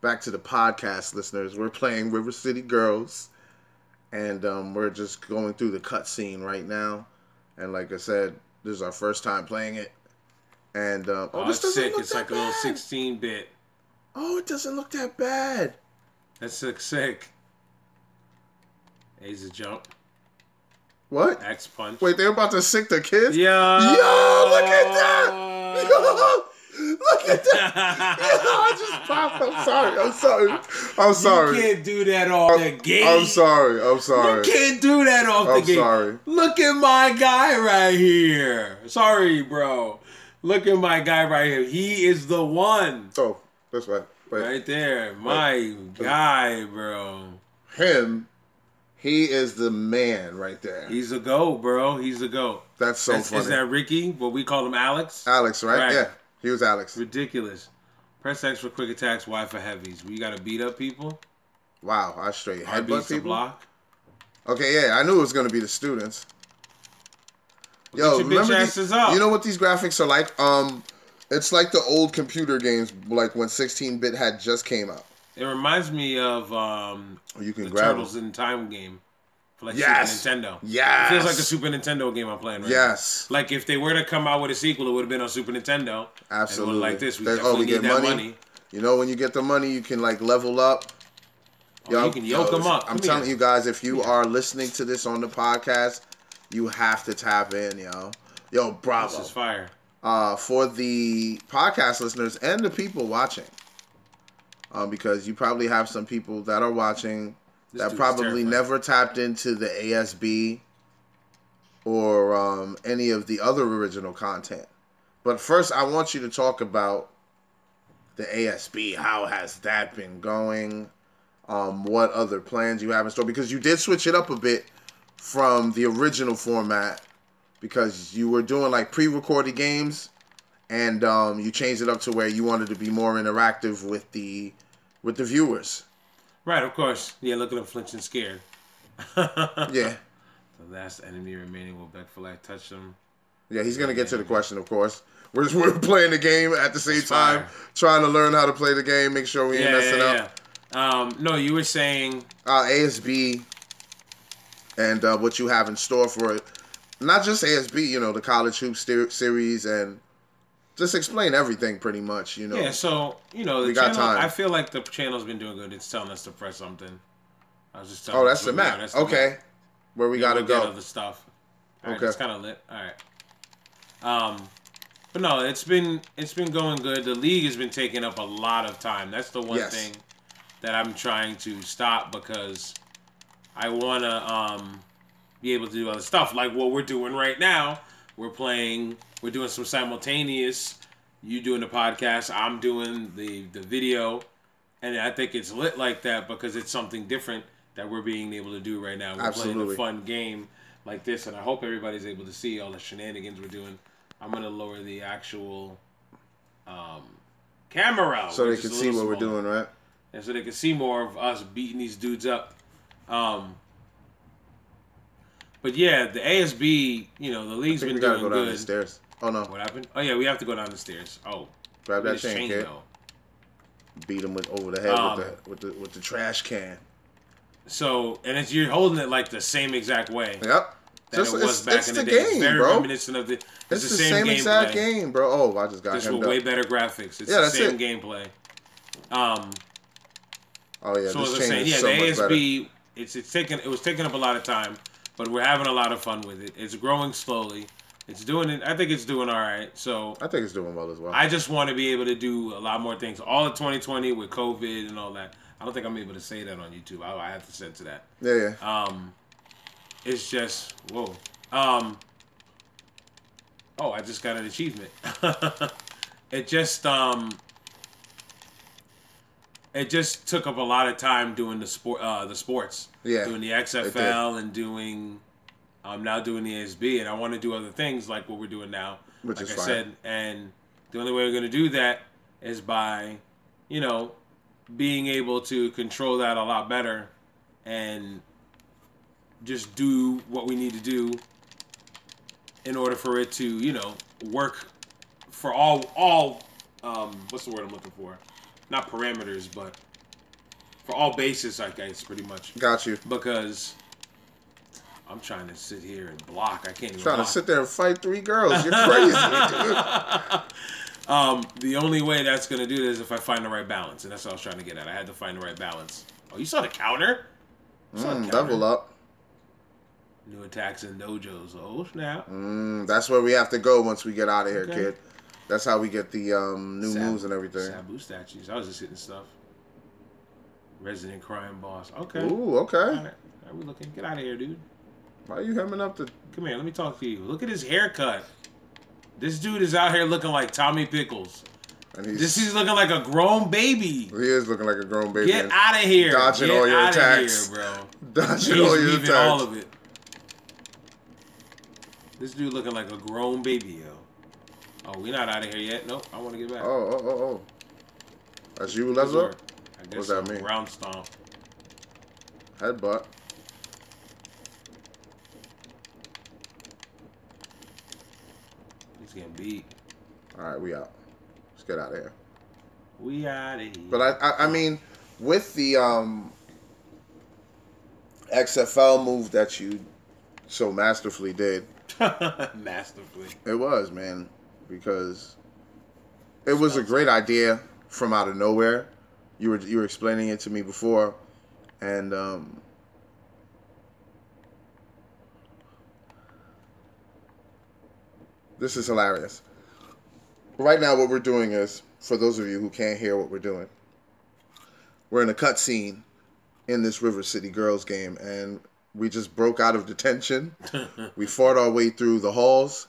back to the podcast listeners, we're playing River City Girls, and um, we're just going through the cutscene right now. And like I said, this is our first time playing it. And uh, oh,
Oh,
this
it's
doesn't
sick.
look
It's
that
like a
bad.
little 16 bit.
Oh, it doesn't look that bad.
That's sick, sick. A's a jump.
What?
Axe punch.
Wait, they're about to sick the kids?
Yo!
Yo, look at that! Yo, look at that! Yo, I just popped. I'm sorry. I'm sorry. I'm
You
sorry.
can't do that off the game.
I'm sorry. I'm
You
sorry.
can't do that off
I'm
the game.
sorry.
Look at my guy right here. Sorry, bro. Look at my guy right here. He is the one.
Oh, that's right. But
Right there. My guy, bro.
him, he is the man right there.
He's a goat, bro. He's a goat.
That's so
That's-
funny.
Is that Ricky? But we call him Alex.
Alex, right?
Right.
Yeah, he was Alex.
Ridiculous. Press X for quick attacks. Y for heavies. We gotta beat up people.
Wow, I straight
R beats
headbutt
to
people.
block.
Okay, yeah, I knew it was gonna be the students. Yo,
get your bitch
remember these-
asses up.
you know what these graphics are like? Um, it's like the old computer games, like when 16-bit had just came out.
It reminds me of um,
You can
the
grab 'em.
Turtles in Time game for like
Yes.
Super Nintendo.
Yes.
It feels like a Super Nintendo game I'm playing right now.
Yes.
Like if they were to come out with a sequel, it would have been on Super Nintendo.
Absolutely. oh,
And it would've like this. We
They-
definitely need that money.
You know, when you get the money, you can like level up. Yo,
Oh, you can yoke 'em up.
I'm
Come
telling
here.
you guys, if you are listening to this on the podcast, you have to tap in, yo. Yo,
This is
bravo.
fire.
Uh, for the podcast listeners and Uh, the people watching, um, because you probably have some people that are watching
This
that
dude's
probably
terrifying.
never tapped into the ASB or um, any of the other original content. But first, I want you to talk about the ASB. How has that been going? Um, what other plans you have in store? Because you did switch it up a bit from the original format because you were doing like pre-recorded games and um, you changed it up to where you wanted to be more interactive with the with the viewers
Right, of course. Yeah, looking up flinch and scared.
yeah
The last enemy remaining will beg for life. Touch them.
Yeah, he's gonna get to the question, of course. We're, we're playing the game at the same time,
fire.
trying to learn how to play the game, make sure we ain't
Yeah,
messing
yeah,
up.
yeah. Um, no, you were saying
Uh, ASB and uh, what you have in store for it. Not just ASB, you know, the college hoop ser- series, and just explain everything pretty much. You know,
Yeah, so you know the
We got
channel.
time.
I feel like the channel's been doing good. It's telling us to press something. I was just telling.
oh, that's the
you know,
map.
that's the
okay,
map.
where we gotta
We'll get
go.
Other stuff. All right,
Okay.
It's kind of lit. All right. Um, but no, it's been it's been going good. The league has been taking up a lot of time. That's the one
Yes.
thing that I'm trying to stop because I wanna um be able to do other stuff like what we're doing right now. We're playing. We're doing some simultaneous. You doing the podcast. I'm doing the the video. And I think it's lit like that because it's something different that we're being able to do right now. We're playing
Absolutely.
a fun game like this, and I hope everybody's able to see all the shenanigans we're doing. I'm gonna lower the actual um, camera
so they
which
can
is Uh, a
see
little
what we're
smaller
doing, right?
and so they can see more of us beating these dudes up. Um, but yeah, the ASB, you know, the
I
league's
think
been
we gotta
doing
go down the
good.
stairs. Oh no,
what happened? Oh yeah, we have to go down the stairs. Oh,
grab
we
that
just
chain,
changed,
kid.
though.
Beat him with over the head
Um,
with the with the with the trash can.
So and it's you're holding it like the same exact way
Yep.
that it was back in the, day. it's very reminiscent of the.
It's,
It's, the,
the,
same,
same, exact
gameplay.
game, bro. Oh, I just got
Just
hemmed
with
up.
way better graphics. It's
Yeah,
the
that's it.
same gameplay. Um,
Oh yeah,
so as I
this
was
change
saying,
is
yeah,
so
the
much better.
ASB, it's it's taking it was taking up a lot of time, but we're having a lot of fun with it. It's growing slowly. It's doing it. I think it's doing all right. So
I think it's doing well as well.
I just want to be able to do a lot more things. All of 2020 with COVID and all that. I don't think I'm able to say that on YouTube. I, I have to censor that.
yeah, yeah.
Um, it's just whoa. Um, oh, I just got an achievement. it just um, it just took up a lot of time doing the sport, uh, the sports,
Yeah,
doing the XFL and doing. I'm now doing the ASB, and I want to do other things like what we're doing now,
Which
like
is
I
fine.
said. And the only way we're going to do that is by, you know, being able to control that a lot better and just do what we need to do in order for it to you know work for all all um what's the word i'm looking for not parameters but for all bases i guess pretty much
got you.
because i'm trying to sit here and block i can't even
Trying to
block.
sit there and fight three girls. You're crazy, dude.
um the only way that's gonna do this is if i find the right balance and that's what i was trying to get at i had to find the right balance oh you saw the counter You saw the
Mm,
counter.
level up.
new attacks and dojos oh snap
Mm, that's where we have to go once we get out of here,
Okay.
kid. That's how we get the um, new
Sab-
moves and everything.
Sabu statues. I was just hitting stuff. Resident crime boss. Okay.
Ooh,
All
okay.
right. Are we looking? Get out of here, dude.
Why are you hemming up the?
Come here. Let me talk to you. Look at his haircut. This dude is out here looking like Tommy Pickles.
And he's
This is looking like a grown baby.
he is looking like a grown baby.
Get out of here.
Dodging
Get
all your
outta
attacks.
here, bro.
Dodging
He's
all your
leaving
attacks.
all of it. This dude looking like a grown baby, yo. Oh, we're not out of here yet. Nope. I want to get back.
Oh, oh, oh, oh. That's you, Lezo.
Resort. I guess
does that
so.
mean?
Ground stomp.
Headbutt.
He's getting beat.
All right, we out. Let's get out of here.
We out of here.
But I, I, I mean, with the um, XFL move that you so masterfully did,
masterfully.
it was man, because it was a great idea from out of nowhere. You were you were explaining it to me before, and um, this is hilarious. Right now, what we're doing is for those of you who can't hear what we're doing, we're in a cutscene in this River City Girls game, and we just broke out of detention. we fought our way through the halls,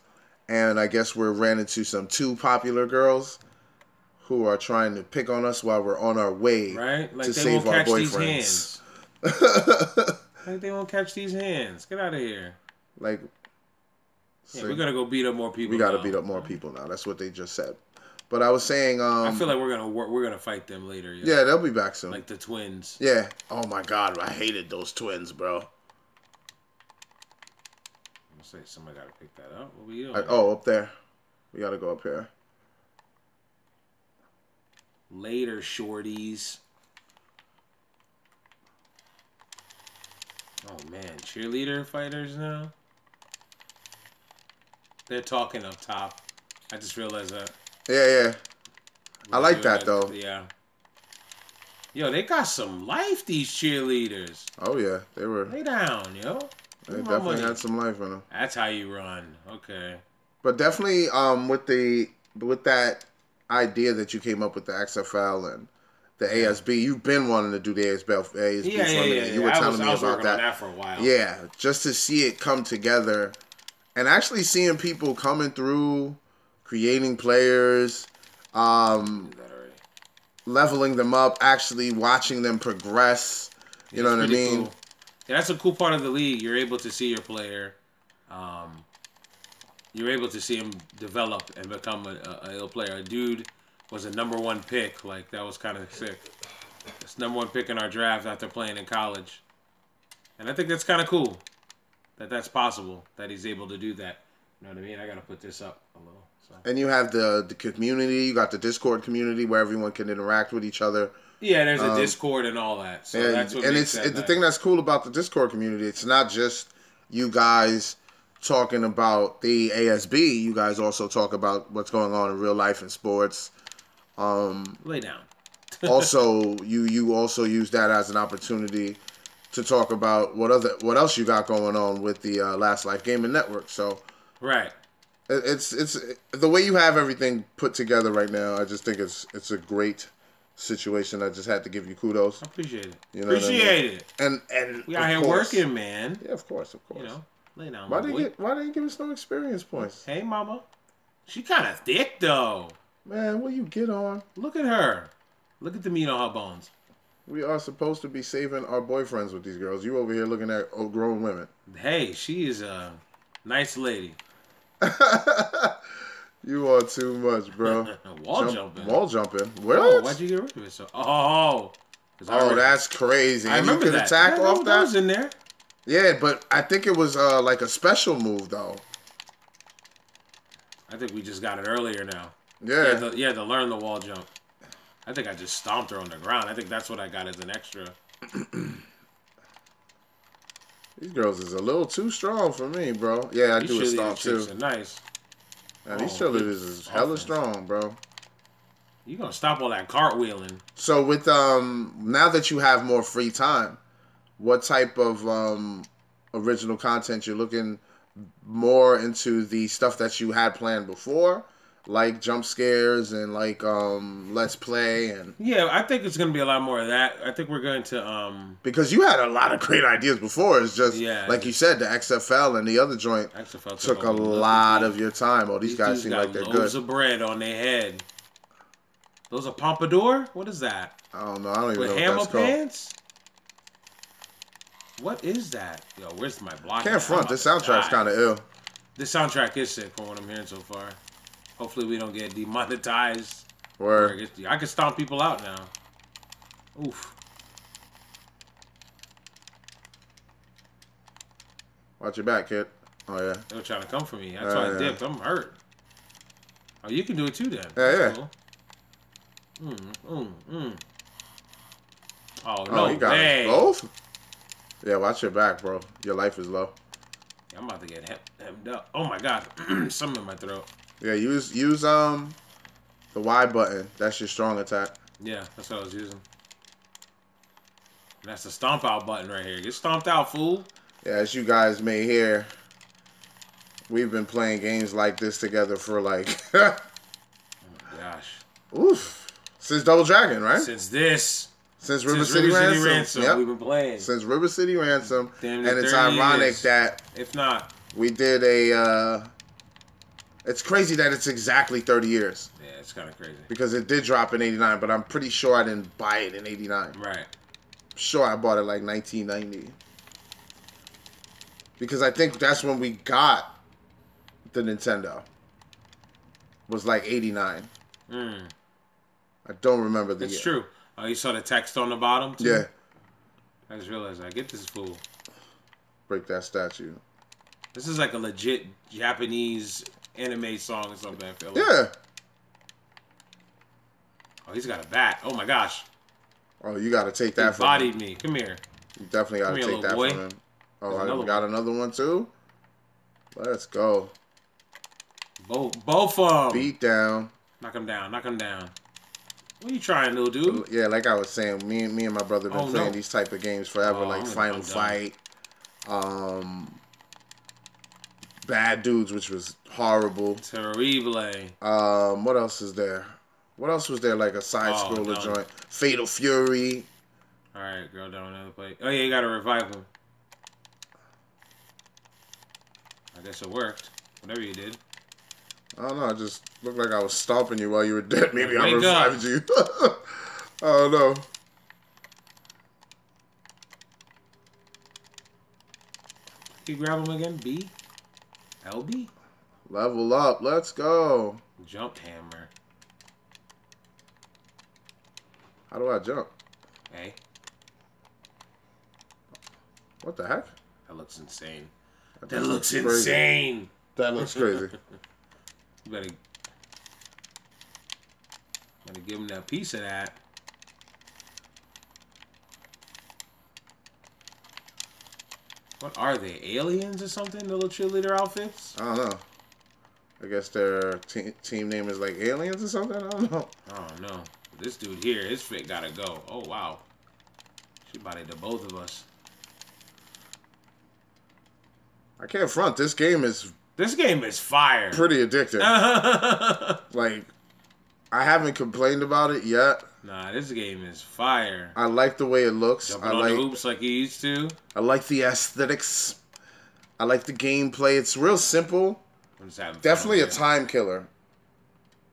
and I guess we ran into some two popular girls who are trying to pick on us while we're on our way
Right? Like
to
they
save
won't
our
catch these
boyfriends.
hands. like they won't catch these hands. Get out of here.
Like,
Yeah,
so
we're gonna go beat up more people.
we got to
now.
beat up more people now. That's what they just said. But I was saying, um,
I feel like we're gonna work. We're gonna fight them later. yo.
yeah, they'll be back soon.
like the twins.
yeah. Oh my God, I hated those twins, bro.
I'm gonna say somebody gotta pick that up. What we doing?
Like, oh, up there. We got to go up here.
Later, shorties. Oh man, cheerleader fighters now. They're talking up top. I just realized that.
Yeah, yeah. I like that
Yeah,
though.
Yeah. Yo, they got some life. These cheerleaders.
Oh yeah, they were.
Lay down, yo.
They
Give 'em my
definitely
money.
had some life in them.
That's how you run. Okay.
But definitely, um, with the with that idea that you came up with the XFL and the ASB, you've been wanting to do the ASB. ASB
Yeah,
for
yeah,
a
yeah.
minute. You were
yeah. I
telling
was,
me
I was
about
working on that for a while.
Yeah, just to see it come together and actually seeing people coming through, creating players, um, leveling them up, actually watching them progress. You know what I
Pretty
mean?
cool. Yeah, that's a cool part of the league. You're able to see your player. Um, you're able to see him develop and become a, a, a ill player. A dude was a number one pick. Like that was kind of sick. It's number one pick in our draft after playing in college, and I think that's kind of cool. That that's possible. That he's able to do that. You know what I mean? I gotta put this up a little. So.
And you have the the community, you got the Discord community where everyone can interact with each other.
Yeah, there's a
Um,
Discord and all that. So
and
that's what
and
makes
it's
that
it, the
nice.
thing that's cool about the Discord community. It's not just you guys talking about the ASB. You guys also talk about what's going on in real life and sports. Um,
Lay down.
also, you you also use that as an opportunity to talk about what other what else you got going on with the uh, Last Life Gaming Network. So
Right.
it- it's it's the way you have everything put together right now. I just think it's it's a great situation. I just had to give you kudos.
Appreciate it.
You know what I mean?
Appreciate it.
And and
We out
of
here
course-
working, man.
Yeah, of course, of course.
You know, lay down,
why
my
did
boy.
you why didn't you give us no experience points?
Hey, mama. She kind of thick though.
Man, will you get on?
Look at her. Look at the meat on her bones.
We are supposed to be saving our boyfriends with these girls. You over here looking at oh, grown women.
Hey, she is a nice lady.
You are too much, bro.
wall jumping.
Wall jumping. What?
Oh, why'd you get rid of it? So, oh, 'cause I
Oh,
re-
that's crazy.
I
And you
remember
could
that.
attack
Yeah,
off
that
that?
was in there.
Yeah, but I think it was uh, like a special move though.
I think we just got it earlier now.
Yeah.
Yeah, to, yeah, to learn the wall jump. I think I just stomped her on the ground. I think that's what I got as an extra.
These girls is a little too strong for me, bro. Yeah, I
These
do a
cheerleading
stomp
chicks
too.
Are nice.
Now, these
Oh,
cheerleaders is hella
offense.
strong, bro.
You gonna stop all that cartwheeling?
So with um now that you have more free time, what type of um original content you're looking more into the stuff that you had planned before, like jump scares and like um let's play and
Yeah, I think it's gonna be a lot more of that. I think we're going to um
because you had a lot of great ideas before. It's just
Yeah.
like you said, the XFL and the other joint
XFL
took a
over.
lot of your time. Oh, these,
These
guys
dudes
seem
got
like they're
loaves
good.
of bread on their head. Those are pompadour. What is that?
I don't know. I don't even
With
know
hammer
what that's called.
pants. What is that? Yo, where's my block?
Can't front. This soundtrack's kind of ill.
This soundtrack is sick from what I'm hearing so far. Hopefully we don't get demonetized. Or I
Word.
guess- I can stomp people out now. Oof.
Watch your back, kid. Oh yeah.
They were trying to come for me. That's
Uh,
why I
yeah.
dipped. I'm hurt. Oh, you can do it too then.
yeah.
Cool. Mm, mm, mm. Oh,
Oh,
no
you got
way.
us both. Yeah, watch your back, bro. Your life is low.
I'm about to get hem- hemmed up. Oh my god, something in my throat.
Yeah, use use um the Y button. That's your strong attack.
Yeah, that's what I was using. And that's the stomp out button right here. Get stomped out, fool.
Yeah, as you guys may hear, we've been playing games like this together for like
Gosh.
oof since Double Dragon, right?
Since this,
Since
Since
River City Ransom. Yep.
we've been playing.
Since River City Ransom.
Damn
and
near
it's
30
ironic
years.
that
if not,
we did a. Uh, it's crazy that it's exactly 30 years
yeah, it's kind of crazy.
because it did drop in 89, but I'm pretty sure I didn't buy it in 89.
Right.
sure I bought it like 1990. Because I think that's when we got the Nintendo. Was like 89.
Mm.
I don't remember the
It's
year.
true. Oh, you saw the text on the bottom? Too?
Yeah,
I just realized I get this fool.
break that statue.
This is like a legit Japanese anime song or something. I feel like.
Yeah.
Oh, he's got a bat. Oh my gosh.
Oh, you got to take
He
that from him.
bodied me. Come here.
You definitely got
Come
to
here,
take that
little boy.
from him. Oh,
There's
I
another
got another one too? Let's go.
Both, both of them.
Beat down.
Knock him down. Knock him down. What are you trying, little dude?
Yeah, like I was saying, me and me and my brother been
Oh,
playing
no.
these type of games forever,
Oh,
like
I'm-
Final
I'm done.
Fight, um, Bad Dudes, which was horrible.
Terrible.
Um, what else is there? What else was there? Like a side scroller
Oh, no.
joint, Fatal Fury.
All right, girl, down another plate. Oh yeah, you gotta revive him. I guess it worked. Whatever you did.
I don't know. I just looked like I was stomping you while you were dead. Maybe I
Wake up.
revived you. I don't know.
Can you grab him again? B? LB?
Level up. Let's go.
Jump hammer.
How do I jump?
Hey,
What the heck?
that looks insane. That looks
crazy.
insane.
That looks crazy.
You better, better give him that piece of that. What are they? Aliens or something? The little cheerleader outfits?
I don't know. I guess their te- team name is like Aliens or something. I don't know.
Oh no. This dude here, his fit gotta go. Oh wow. She bodied to both of us.
I can't front. This game is
This game is fire.
pretty addictive.
nah,
like, I haven't complained about it yet.
this game is fire.
I like the way it looks.
Jumping
I
on the
like
hoops like you used to.
I like the aesthetics. I like the gameplay. It's real simple.
I'm just having fun
Definitely a
with it.
time killer.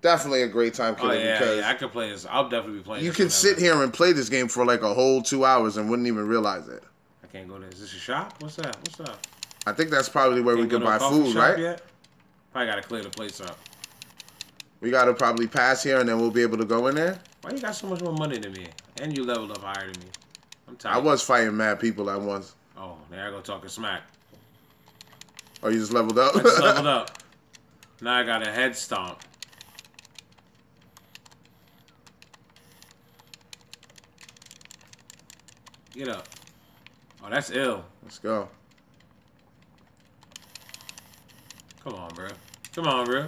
Definitely a great time
Oh
killer
yeah,
because
yeah, I could play this. I'll definitely be playing.
you
this
can
whenever.
sit here and play this game for like a whole two hours and wouldn't even realize it.
I can't go there. Is this a shop? What's that? What's up?
I think that's probably where we
Can't go
could
to a
buy
coffee
food,
shop
right?
Yet? Probably gotta clear the place up.
We got to probably pass here and then we'll be able to go in there.
Why you got so much more money than me? And you leveled up higher than me. I'm tired.
I was fighting mad people at once.
Oh, there I go talking smack.
Oh, you just leveled up?
I just leveled up. Now I got a head stomp. Get up. Oh, that's ill.
Let's go.
Come on, bro. Come on, bro.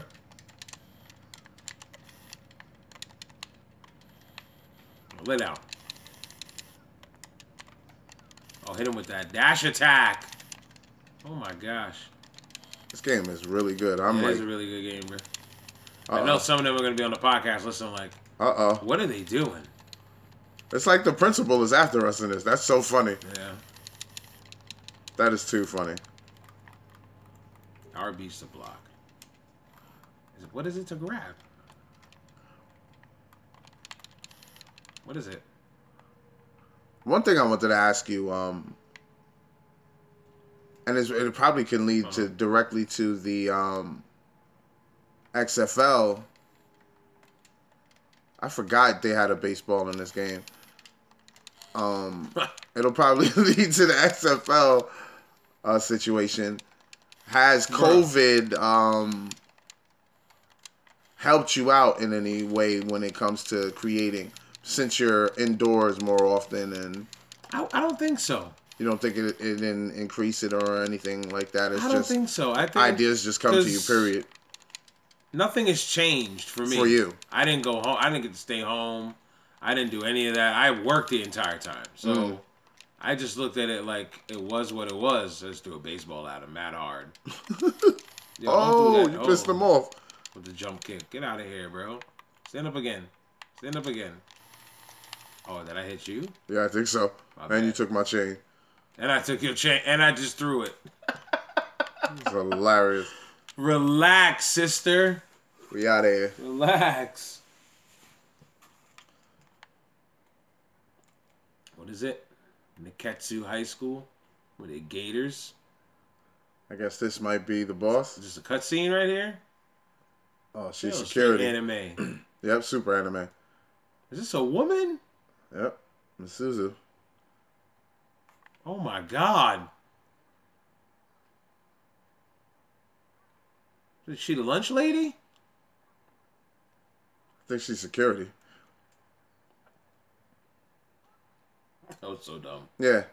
Lit out. Oh, hit him with that dash attack. Oh my gosh.
This game is really good. I'm
That is
like,
a really good game, bro. I know
uh
some of them are going to be on the podcast listening, like,
oh.
what are they doing?
It's like the principal is after us in this. That's so funny.
Yeah.
That is too funny.
Our beast to block. Is it, what is it to grab? What is it?
One thing I wanted to ask you, um, and it's, it probably can lead to directly to the um, XFL. I forgot they had a baseball in this game. Um, it'll probably lead to the XFL uh, situation. Has COVID um, helped you out in any way when it comes to creating? Since you're indoors more often, and
I, I don't think so.
you don't think it, it didn't increase it or anything like that. It's
I don't
just
think so. I think
ideas just come to you.
'cause
Period.
nothing has changed for me.
For you.
I didn't go home. I didn't get to stay home. I didn't do any of that. I worked the entire time. So
Mm.
I just looked at it like it was what it was. Let's do a baseball at him mad hard. Yo, don't
Oh,
do that.
you pissed them off.
with the jump kick. Get out of here, bro. Stand up again. Stand up again. Oh, did I hit you?
Yeah, I think so. and you took my chain.
And I took your chain and I just threw it.
It's hilarious.
Relax, sister.
We out here.
Relax. What is it? Niketsu High School? With the Gators?
I guess this might be the boss.
Just a cutscene right here?
Oh, she's
Yo, straight
security.
Anime.
Yep, super anime.
Is this a woman?
Yep, Miss Suzu.
Oh my god. Is she the lunch lady?
I think she's security.
That was so dumb.
Yeah.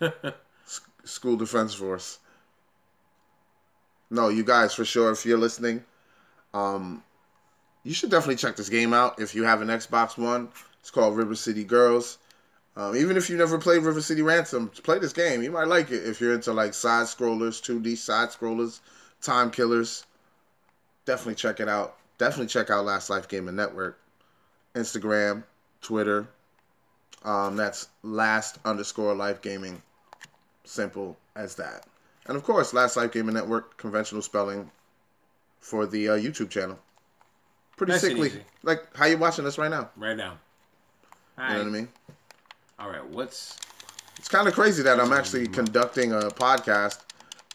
S- School Defense Force. No, you guys for sure. If you're listening, um, you should definitely check this game out if you have an Xbox One. It's called River City Girls. Um, even if you never played River City Ransom, play this game. You might like it if you're into like side scrollers, 2D side scrollers, time killers. Definitely check it out. Definitely check out Last Life Gaming Network, Instagram, Twitter, um, that's last underscore life gaming. Simple as that. And of course, last life gaming network, conventional spelling for the uh, YouTube channel. Pretty
Nice and
sickly.
easy.
Like how you watching this right now?
Right now.
You know
Alright.
what I mean?
Alright, what's
It's kind of crazy that I'm actually
Mm-hmm.
conducting a podcast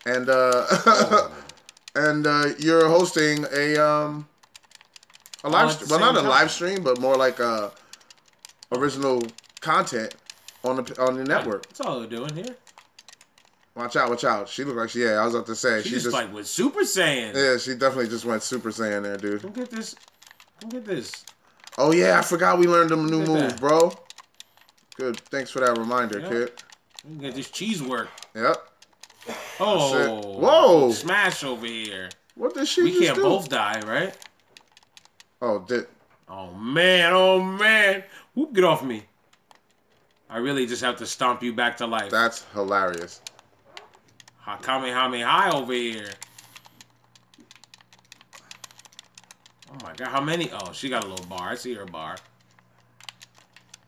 and uh
Oh,
and uh you're hosting a um a
All
live
at Oh, the
stream. well not a
same time.
live stream but more like uh original content on the on the network.
That's all they're doing here.
Watch out, watch out. She looked like she, yeah, I was about to say.
She
She,
just,
just,
like with Super Saiyan.
yeah, she definitely just went Super Saiyan there, dude.
Come get this. Come get this.
Oh, yeah, I forgot we learned a new
Look at
move,
that.
bro. Good. Thanks for that reminder,
Yeah.
kid.
Come get this cheese work.
Yep.
Oh.
it. Whoa.
Smash over here.
What did she
we
just
can't
do?
both die, right?
Oh, did,
Oh man, oh man. Whoop, get off me. I really just have to stomp you back to life.
that's hilarious.
Ha- Kamehameha high over here. Oh my god, how many? Oh, she got a little bar. I see her bar.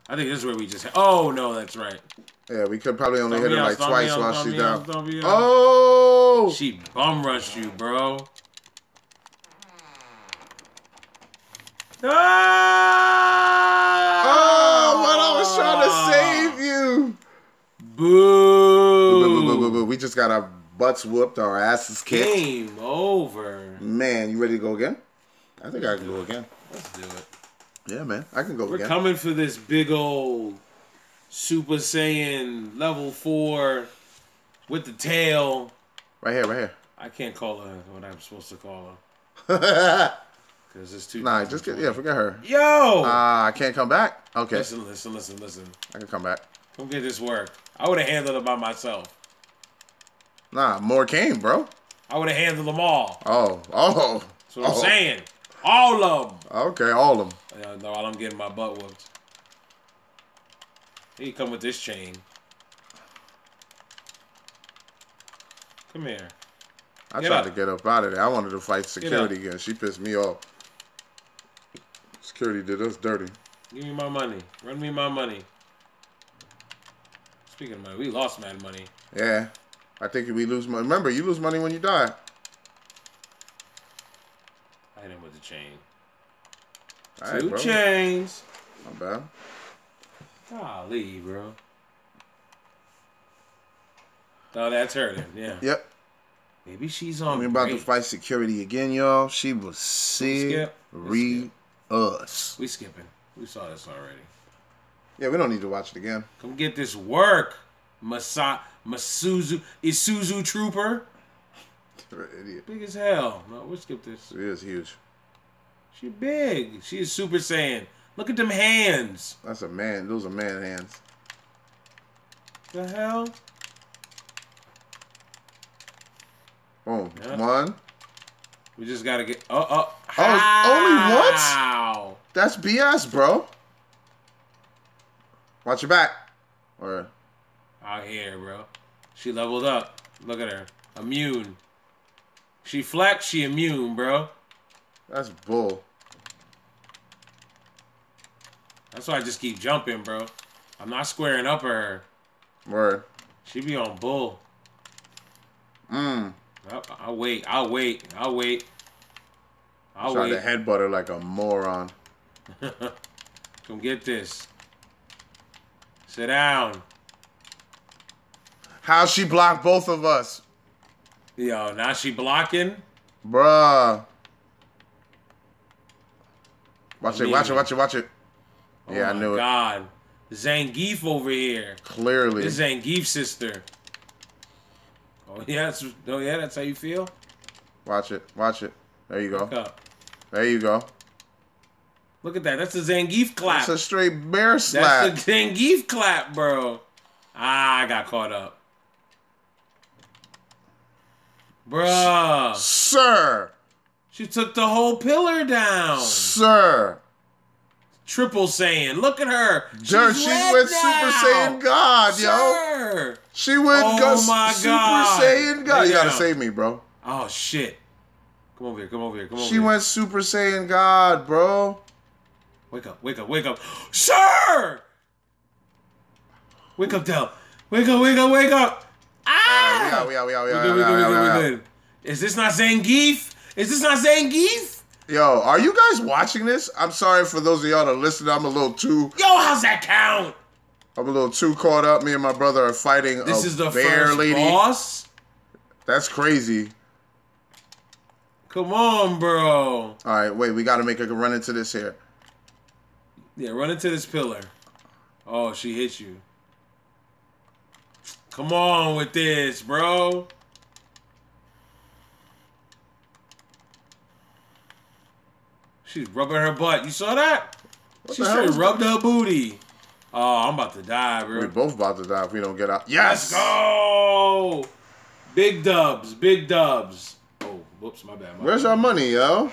I think this is where we just. Oh no, that's right.
Yeah, we could probably only
Thumb
hit her
me out,
like
thumb me
twice
out,
while
thumb
she's
me out,
down.
thumb me out.
Oh!
She bum rushed you, bro.
oh, what I
Ah!
was trying to save you. Boo, boo, boo, boo,
Boo!
boo. We just got our butts whooped, our asses kicked.
Game over.
Man, you ready to go again? I think I can go again.
Let's do it.
Yeah, man, I can go
We're
again.
coming for this big old Super Saiyan level four with the tail.
Right here, right
I can't call her what I'm supposed to call her
here.
because it's too.
nah, just get, yeah, forget her.
Yo!
Ah, I can't come back. Okay,
listen, listen, listen, listen.
I can come back.
Come get this work. I would have handled it by myself.
Nah, more came, bro.
I would have handled them all.
Oh, oh.
That's what I'm
oh.
saying. All of them.
Okay, all of them.
Yeah, no, while I'm getting my butt whooped. He come with this chain. Come here.
I
Get
tried
up.
to get up out of there. I wanted to fight security
up.
again. She pissed me off. Security did us dirty.
Give me my money. Run me my money. Speaking of money, we lost mad money.
Yeah, I think we lose money. Remember, you lose money when you die.
I hit him with the chain.
All right,
Two
bro.
chains.
Not bad.
Golly, bro. Oh, that's her then. Yeah.
Yep.
Maybe she's on.
We about to
break.
fight security again, y'all. She was serious.
Skip. Let's skip.
us.
We skipping. We saw this already.
Yeah, we don't need to watch it again.
Come get this work, Masa Masuzu Isuzu Trooper.
You're an idiot.
Big as hell. No, we'll skip this.
She is huge.
She big. She is Super Saiyan. Look at them hands.
That's a man. Those are man hands.
The hell?
Boom.
Yeah.
One.
We just gotta get. Oh, oh.
Oh, it's
only once.
That's BS, bro. Watch your back. Or
Out here, bro. She leveled up. Look at her. Immune. She flex. She immune, bro.
that's bull.
That's why I just keep jumping, bro. I'm not squaring up at her.
Word.
She be on bull.
Mm.
I'll, I'll wait. I'll wait. I'll wait. I'll
Tried to
wait.
headbutt her like a moron.
Come get this. Sit down.
How she blocked both of us,
Yo, now she blocking.
bruh. Watch it,
Amazing.
watch it, watch it, watch it. yeah, I
Oh my
knew it
God. Zangief over here.
clearly.
This Zangief sister. Oh yeah, that's, oh yeah, that's how you feel.
Watch it, watch it. There you go.
Up.
There you go.
Look at that. That's a Zangief clap.
It's a straight bear slap.
That's the Zangief clap, bro. Ah, I got caught up. Bruh.
Sir,
She took the whole pillar down.
sir,
Triple Saiyan. Look at her.
Jer, she
red
went Super
now.
Saiyan God, yo.
Sir.
She went
Oh
go
my
Super
God.
Saiyan God. You gotta
Yeah.
save me, bro.
Oh, shit. Come over here. Come over here. Come over
She
here.
went Super Saiyan God, bro.
Wake up. Wake up. Wake up. Sir. Wake up, Dell. Wake up. Wake up. Wake up. Ah.
We out, we out, we out, we
We're
out,
good,
we
we're
out, we out,
good, we're good,
we out.
we're good. Is this not Zangief? Is this not Zangief?
Yo, are you guys watching this? I'm sorry for those of y'all that listen. I'm a little too,
Yo, how's that count?
I'm a little too caught up. Me and my brother are fighting
This
a
is the
Oh, bear
first
lady.
boss.
That's crazy.
Come on, bro.
All right, wait, we got to make a run into this here.
Yeah, run into this pillar. Oh, she hit you. Come on with this, bro. She's rubbing her butt. You saw that? she
the hell
straight
was
rubbed her booty. Oh, I'm about to die, bro.
We're both about to die if we don't get out.
Let's
Yes,
go. Big dubs, big dubs. Oh, whoops, my bad. my
Where's
bad.
our money, yo?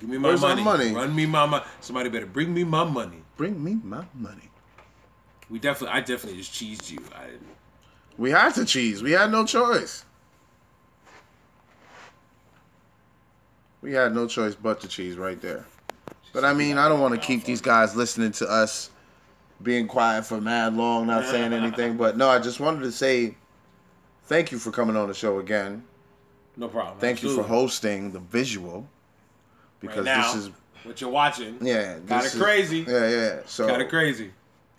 Give me my
where's our
money.
money?
Run me my money. Somebody better bring me my money.
Bring me my money.
We definitely, I definitely just cheesed you. I,
We had to cheese. We had no choice. We had no choice but to cheese right there. But I mean, I don't want to keep these guys listening to us being quiet for mad long, not saying anything. But no, I just wanted to say thank you for coming on the show again.
no problem.
Thank you
Absolutely.
for hosting the visual
Right
because
now,
this is
what you're watching.
yeah,
Kinda
this is-
crazy.
Yeah, yeah. So
Kind of crazy.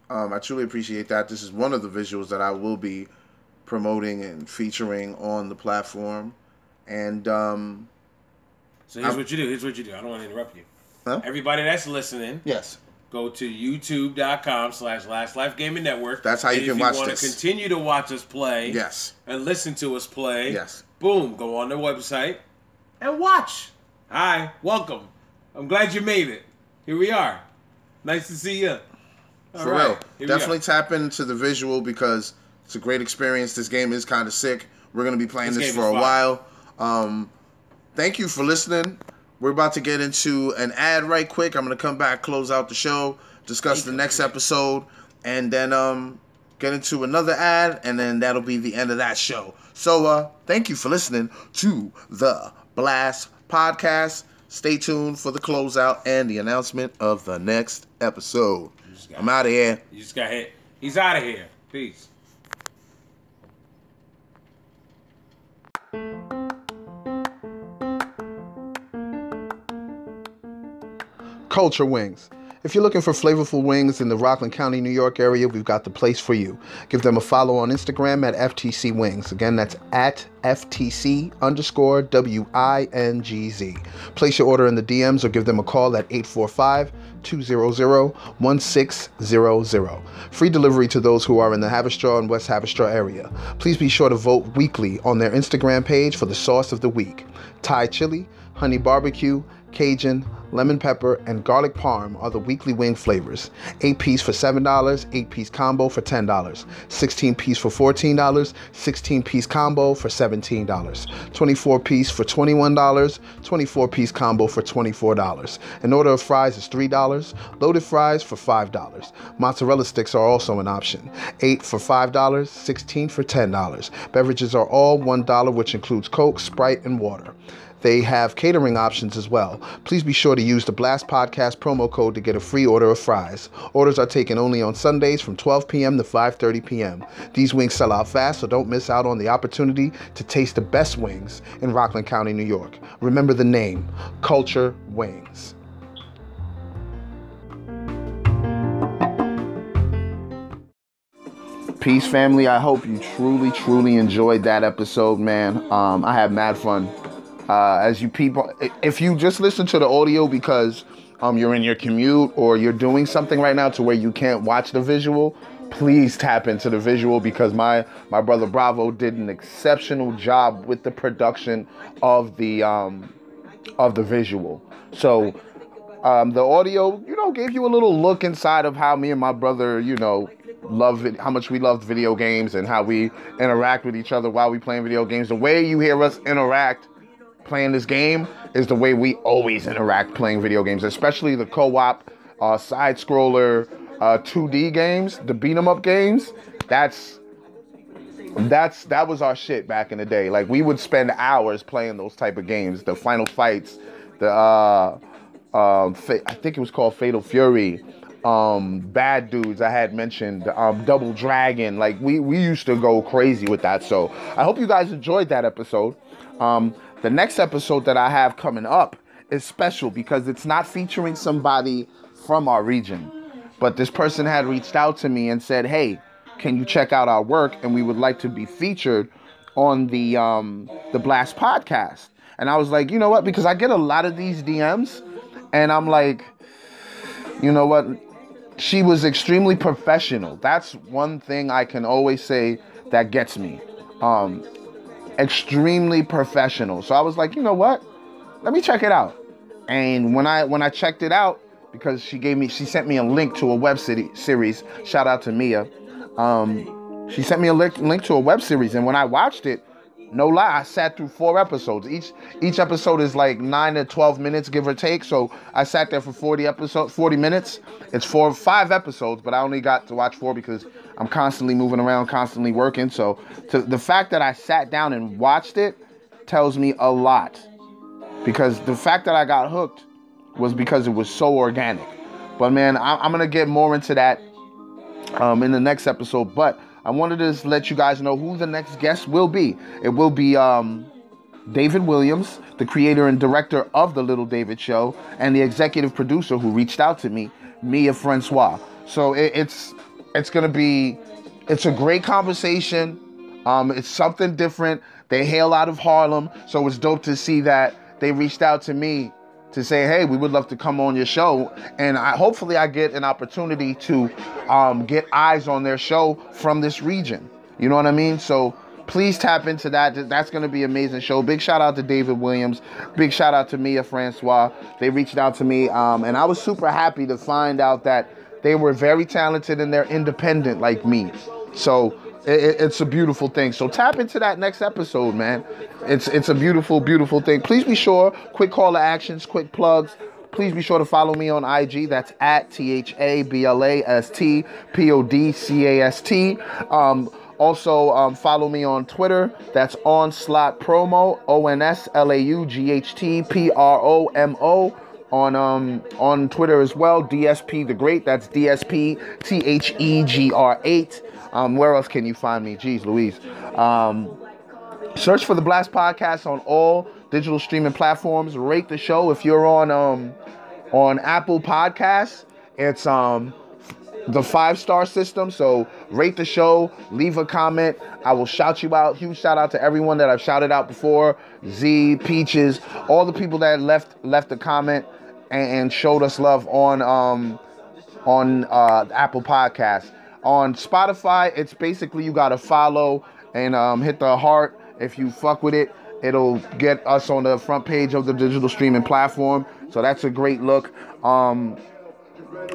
um, I truly appreciate that. This is one of the visuals that I will be promoting and featuring on the platform. And um,
So here's
I'm-
what you do. Here's what you do. I don't want to interrupt you.
Huh?
Everybody that's listening,
yes,
go to youtube.com slash last life gaming network.
That's how you
And
can
if
watch
you wanna
this.
continue to watch us play.
yes,
and listen to us play.
Yes.
Boom, go on their website and watch. Hi, welcome. I'm glad you made it. Here we are. Nice to see you.
for real. Definitely tap into the visual because it's a great experience. This game is kind of sick. We're gonna be playing
This
this,
game
for a
is fire.
while. Um, thank you for listening. We're about to get into an ad right quick. I'm gonna come back, close out the show, discuss the next episode, and then um get into another ad, and then that'll be the end of that show. So uh thank you for listening to the Blast Podcast. Stay tuned for the closeout and the announcement of the next episode. I'm out of here.
You just got hit. He's out of here. Peace.
Culture Wings. If you're looking for flavorful wings in the Rockland County, New York area, we've got the place for you. Give them a follow on Instagram at FTC Wings. Again, that's at FTC underscore W I N G Z. Place your order in the DMs or give them a call at 845 200 1600. Free delivery to those who are in the Haverstraw and West Haverstraw area. Please be sure to vote weekly on their Instagram page for the sauce of the week. Thai chili, honey barbecue, Cajun, lemon pepper, and garlic parm are the weekly wing flavors. 8 piece for $7, 8 piece combo for $10, 16 piece for $14, 16 piece combo for $17, 24 piece for $21, 24 piece combo for $24. An order of fries is $3, loaded fries for $5. Mozzarella sticks are also an option. 8 for $5, 16 for $10. Beverages are all $1, which includes Coke, Sprite, and water.
They have catering options as well. Please be sure to use the Blast Podcast promo code to get a free order of fries. Orders are taken only on Sundays from 12 p.m. to 5:30 p.m. These wings sell out fast, so don't miss out on the opportunity to taste the best wings in Rockland County, New York. Remember the name, Culture Wings. Peace, family. I hope you truly, truly enjoyed that episode, man. Um, I had mad fun. Uh, as you people, i- if you just listen to the audio because um, you're in your commute or you're doing something right now to where you can't watch the visual, please tap into the visual because my my brother Bravo did an exceptional job with the production of the um, of the visual. So um, the audio, you know, gave you a little look inside of how me and my brother, you know, love it, how much we loved video games and how we interact with each other while we playing video games. The way you hear us interact playing this game is the way we always interact playing video games, especially the co-op, uh, side scroller, uh, 2D games, the beat 'em up games. That's that's that was our shit back in the day. Like we would spend hours playing those type of games, the final fights, the uh um fa- I think it was called Fatal Fury, um Bad Dudes I had mentioned, um Double Dragon. Like we we used to go crazy with that. So, I hope you guys enjoyed that episode. Um the next episode that I have coming up is special because it's not featuring somebody from our region. But this person had reached out to me and said, "Hey, can you check out our work? And we would like to be featured on the um, the Blast podcast." And I was like, "You know what?" Because I get a lot of these DMs, and I'm like, "You know what?" She was extremely professional. That's one thing I can always say that gets me. Um, extremely professional. So I was like, you know what? Let me check it out. And when I when I checked it out, because she gave me she sent me a link to a web city, series. Shout out to Mia. Um, she sent me a link, link to a web series, and when I watched it, no lie, I sat through four episodes. Each each episode is like nine to twelve minutes, give or take. So I sat there for forty episodes, forty minutes. It's four five episodes, but I only got to watch four because I'm constantly moving around, constantly working. So to, the fact that I sat down and watched it tells me a lot because the fact that I got hooked was because it was so organic. But man, I, I'm gonna get more into that um, in the next episode. But I wanted to just let you guys know who the next guest will be. It will be um, David Williams, the creator and director of The Little David Show, and the executive producer who reached out to me, Mia Francois. So it, it's it's gonna be it's a great conversation. Um, it's something different. They hail out of Harlem, so it's dope to see that they reached out to me to say, hey, we would love to come on your show, and I hopefully I get an opportunity to um, get eyes on their show from this region. You know what I mean? So please tap into that. Th- That's going to be an amazing show. Big shout out to David Williams. Big shout out to Mia Francois. They reached out to me, um, and I was super happy to find out that they were very talented and they're independent like me. So i- i- it's a beautiful thing. So tap into that next episode, man. It's it's a beautiful, beautiful thing. Please be sure. Quick call to actions. Quick plugs. Please be sure to follow me on IG. That's at T H A B L A S T P O D C A S T. Um, also, um, follow me on Twitter. That's Onslaught Promo, O N S L A U G H T P R O M O. On um on Twitter as well, DSP the Great. That's DSP T H E G R eight. Um, where else can you find me? Jeez, Louise. Um, search for the Blast Podcast on all digital streaming platforms. Rate the show if you're on um on Apple Podcasts. It's um the five star system. So rate the show, leave a comment. I will shout you out. Huge shout out to everyone that I've shouted out before. Z, Peaches, all the people that left left a comment and, and showed us love on um on uh Apple Podcasts. On Spotify, it's basically you gotta follow and um, hit the heart if you fuck with it. It'll get us on the front page of the digital streaming platform. So that's a great look. Um,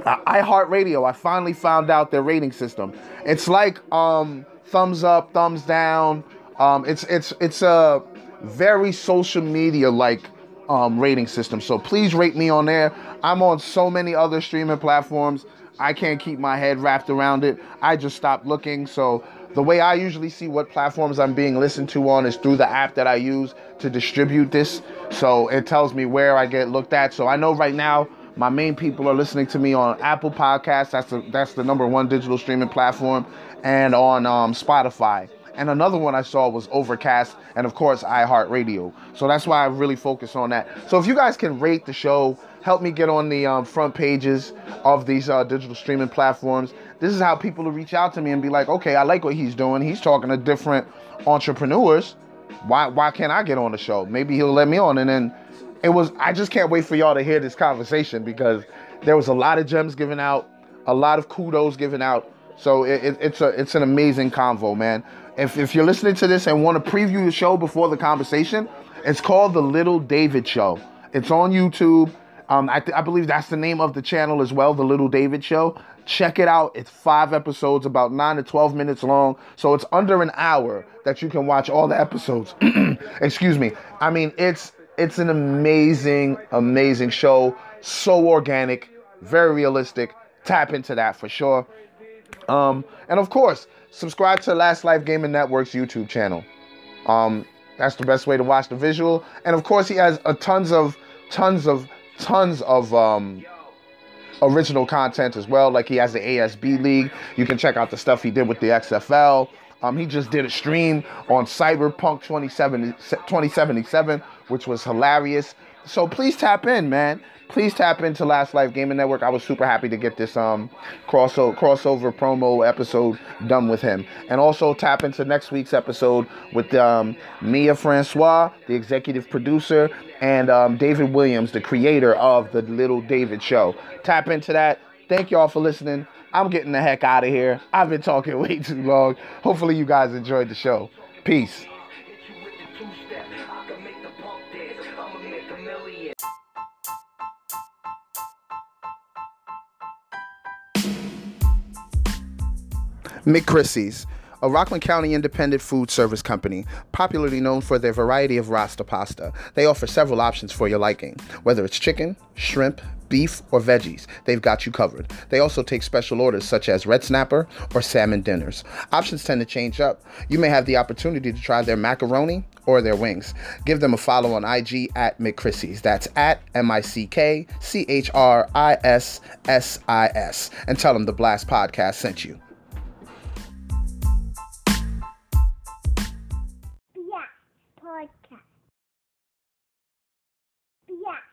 I- iHeartRadio. I finally found out their rating system. It's like um, thumbs up, thumbs down. Um, it's it's it's a very social media like um, rating system. So please rate me on there. I'm on so many other streaming platforms. I can't keep my head wrapped around it. I just stopped looking. So The way I usually see what platforms I'm being listened to on is through the app that I use to distribute this. So it tells me where I get looked at. So I know right now my main people are listening to me on Apple Podcasts. That's the that's the number one digital streaming platform, and on um, Spotify. And another one I saw was Overcast, and of course iHeartRadio. So that's why I really focus on that. So if you guys can rate the show, help me get on the um, front pages of these uh, digital streaming platforms. This is how people will reach out to me and be like, okay, I like what he's doing. He's talking to different entrepreneurs. Why why can't I get on the show? Maybe he'll let me on, and then it was I just can't wait for y'all to hear this conversation because there was a lot of gems given out, a lot of kudos given out. So it, it, it's a it's an amazing convo, man. If if you're listening to this and want to preview the show before the conversation, it's called the Little David Show. It's on YouTube. Um, I, th- I believe that's the name of the channel as well, the Little David Show. Check it out. It's five episodes, about nine to twelve minutes long. So it's under an hour that you can watch all the episodes. Excuse me. I mean, it's it's an amazing, amazing show. So organic, very realistic. Tap into that for sure. Um, and of course, subscribe to Last Life Gaming Network's YouTube channel. Um, that's the best way to watch the visual. And of course, he has a tons of, tons of, tons of um, original content as well. Like he has the ASB League. You can check out the stuff he did with the XFL. Um, he just did a stream on Cyberpunk 2070 2077, which was hilarious. So please tap in, man. Please tap into Last Life Gaming Network. I was super happy to get this um crossover crossover promo episode done with him, and also tap into next week's episode with um, Mia Francois, the executive producer, and um, David Williams, the creator of the Little David Show. Tap into that. Thank y'all for listening. I'm getting the heck out of here. I've been talking way too long. Hopefully, you guys enjoyed the show. Peace. McChrissy's, a Rockland County independent food service company, popularly known for their variety of rasta pasta. They offer several options for your liking, whether it's chicken, shrimp, beef, or veggies. They've got you covered. They also take special orders such as red snapper or salmon dinners. Options tend to change up. You may have the opportunity to try their macaroni or their wings. Give them a follow on IG at McChrissy's. That's at M I C K C H R I S S I S. And tell them the Blast Podcast sent you.
Podcast. Podcast.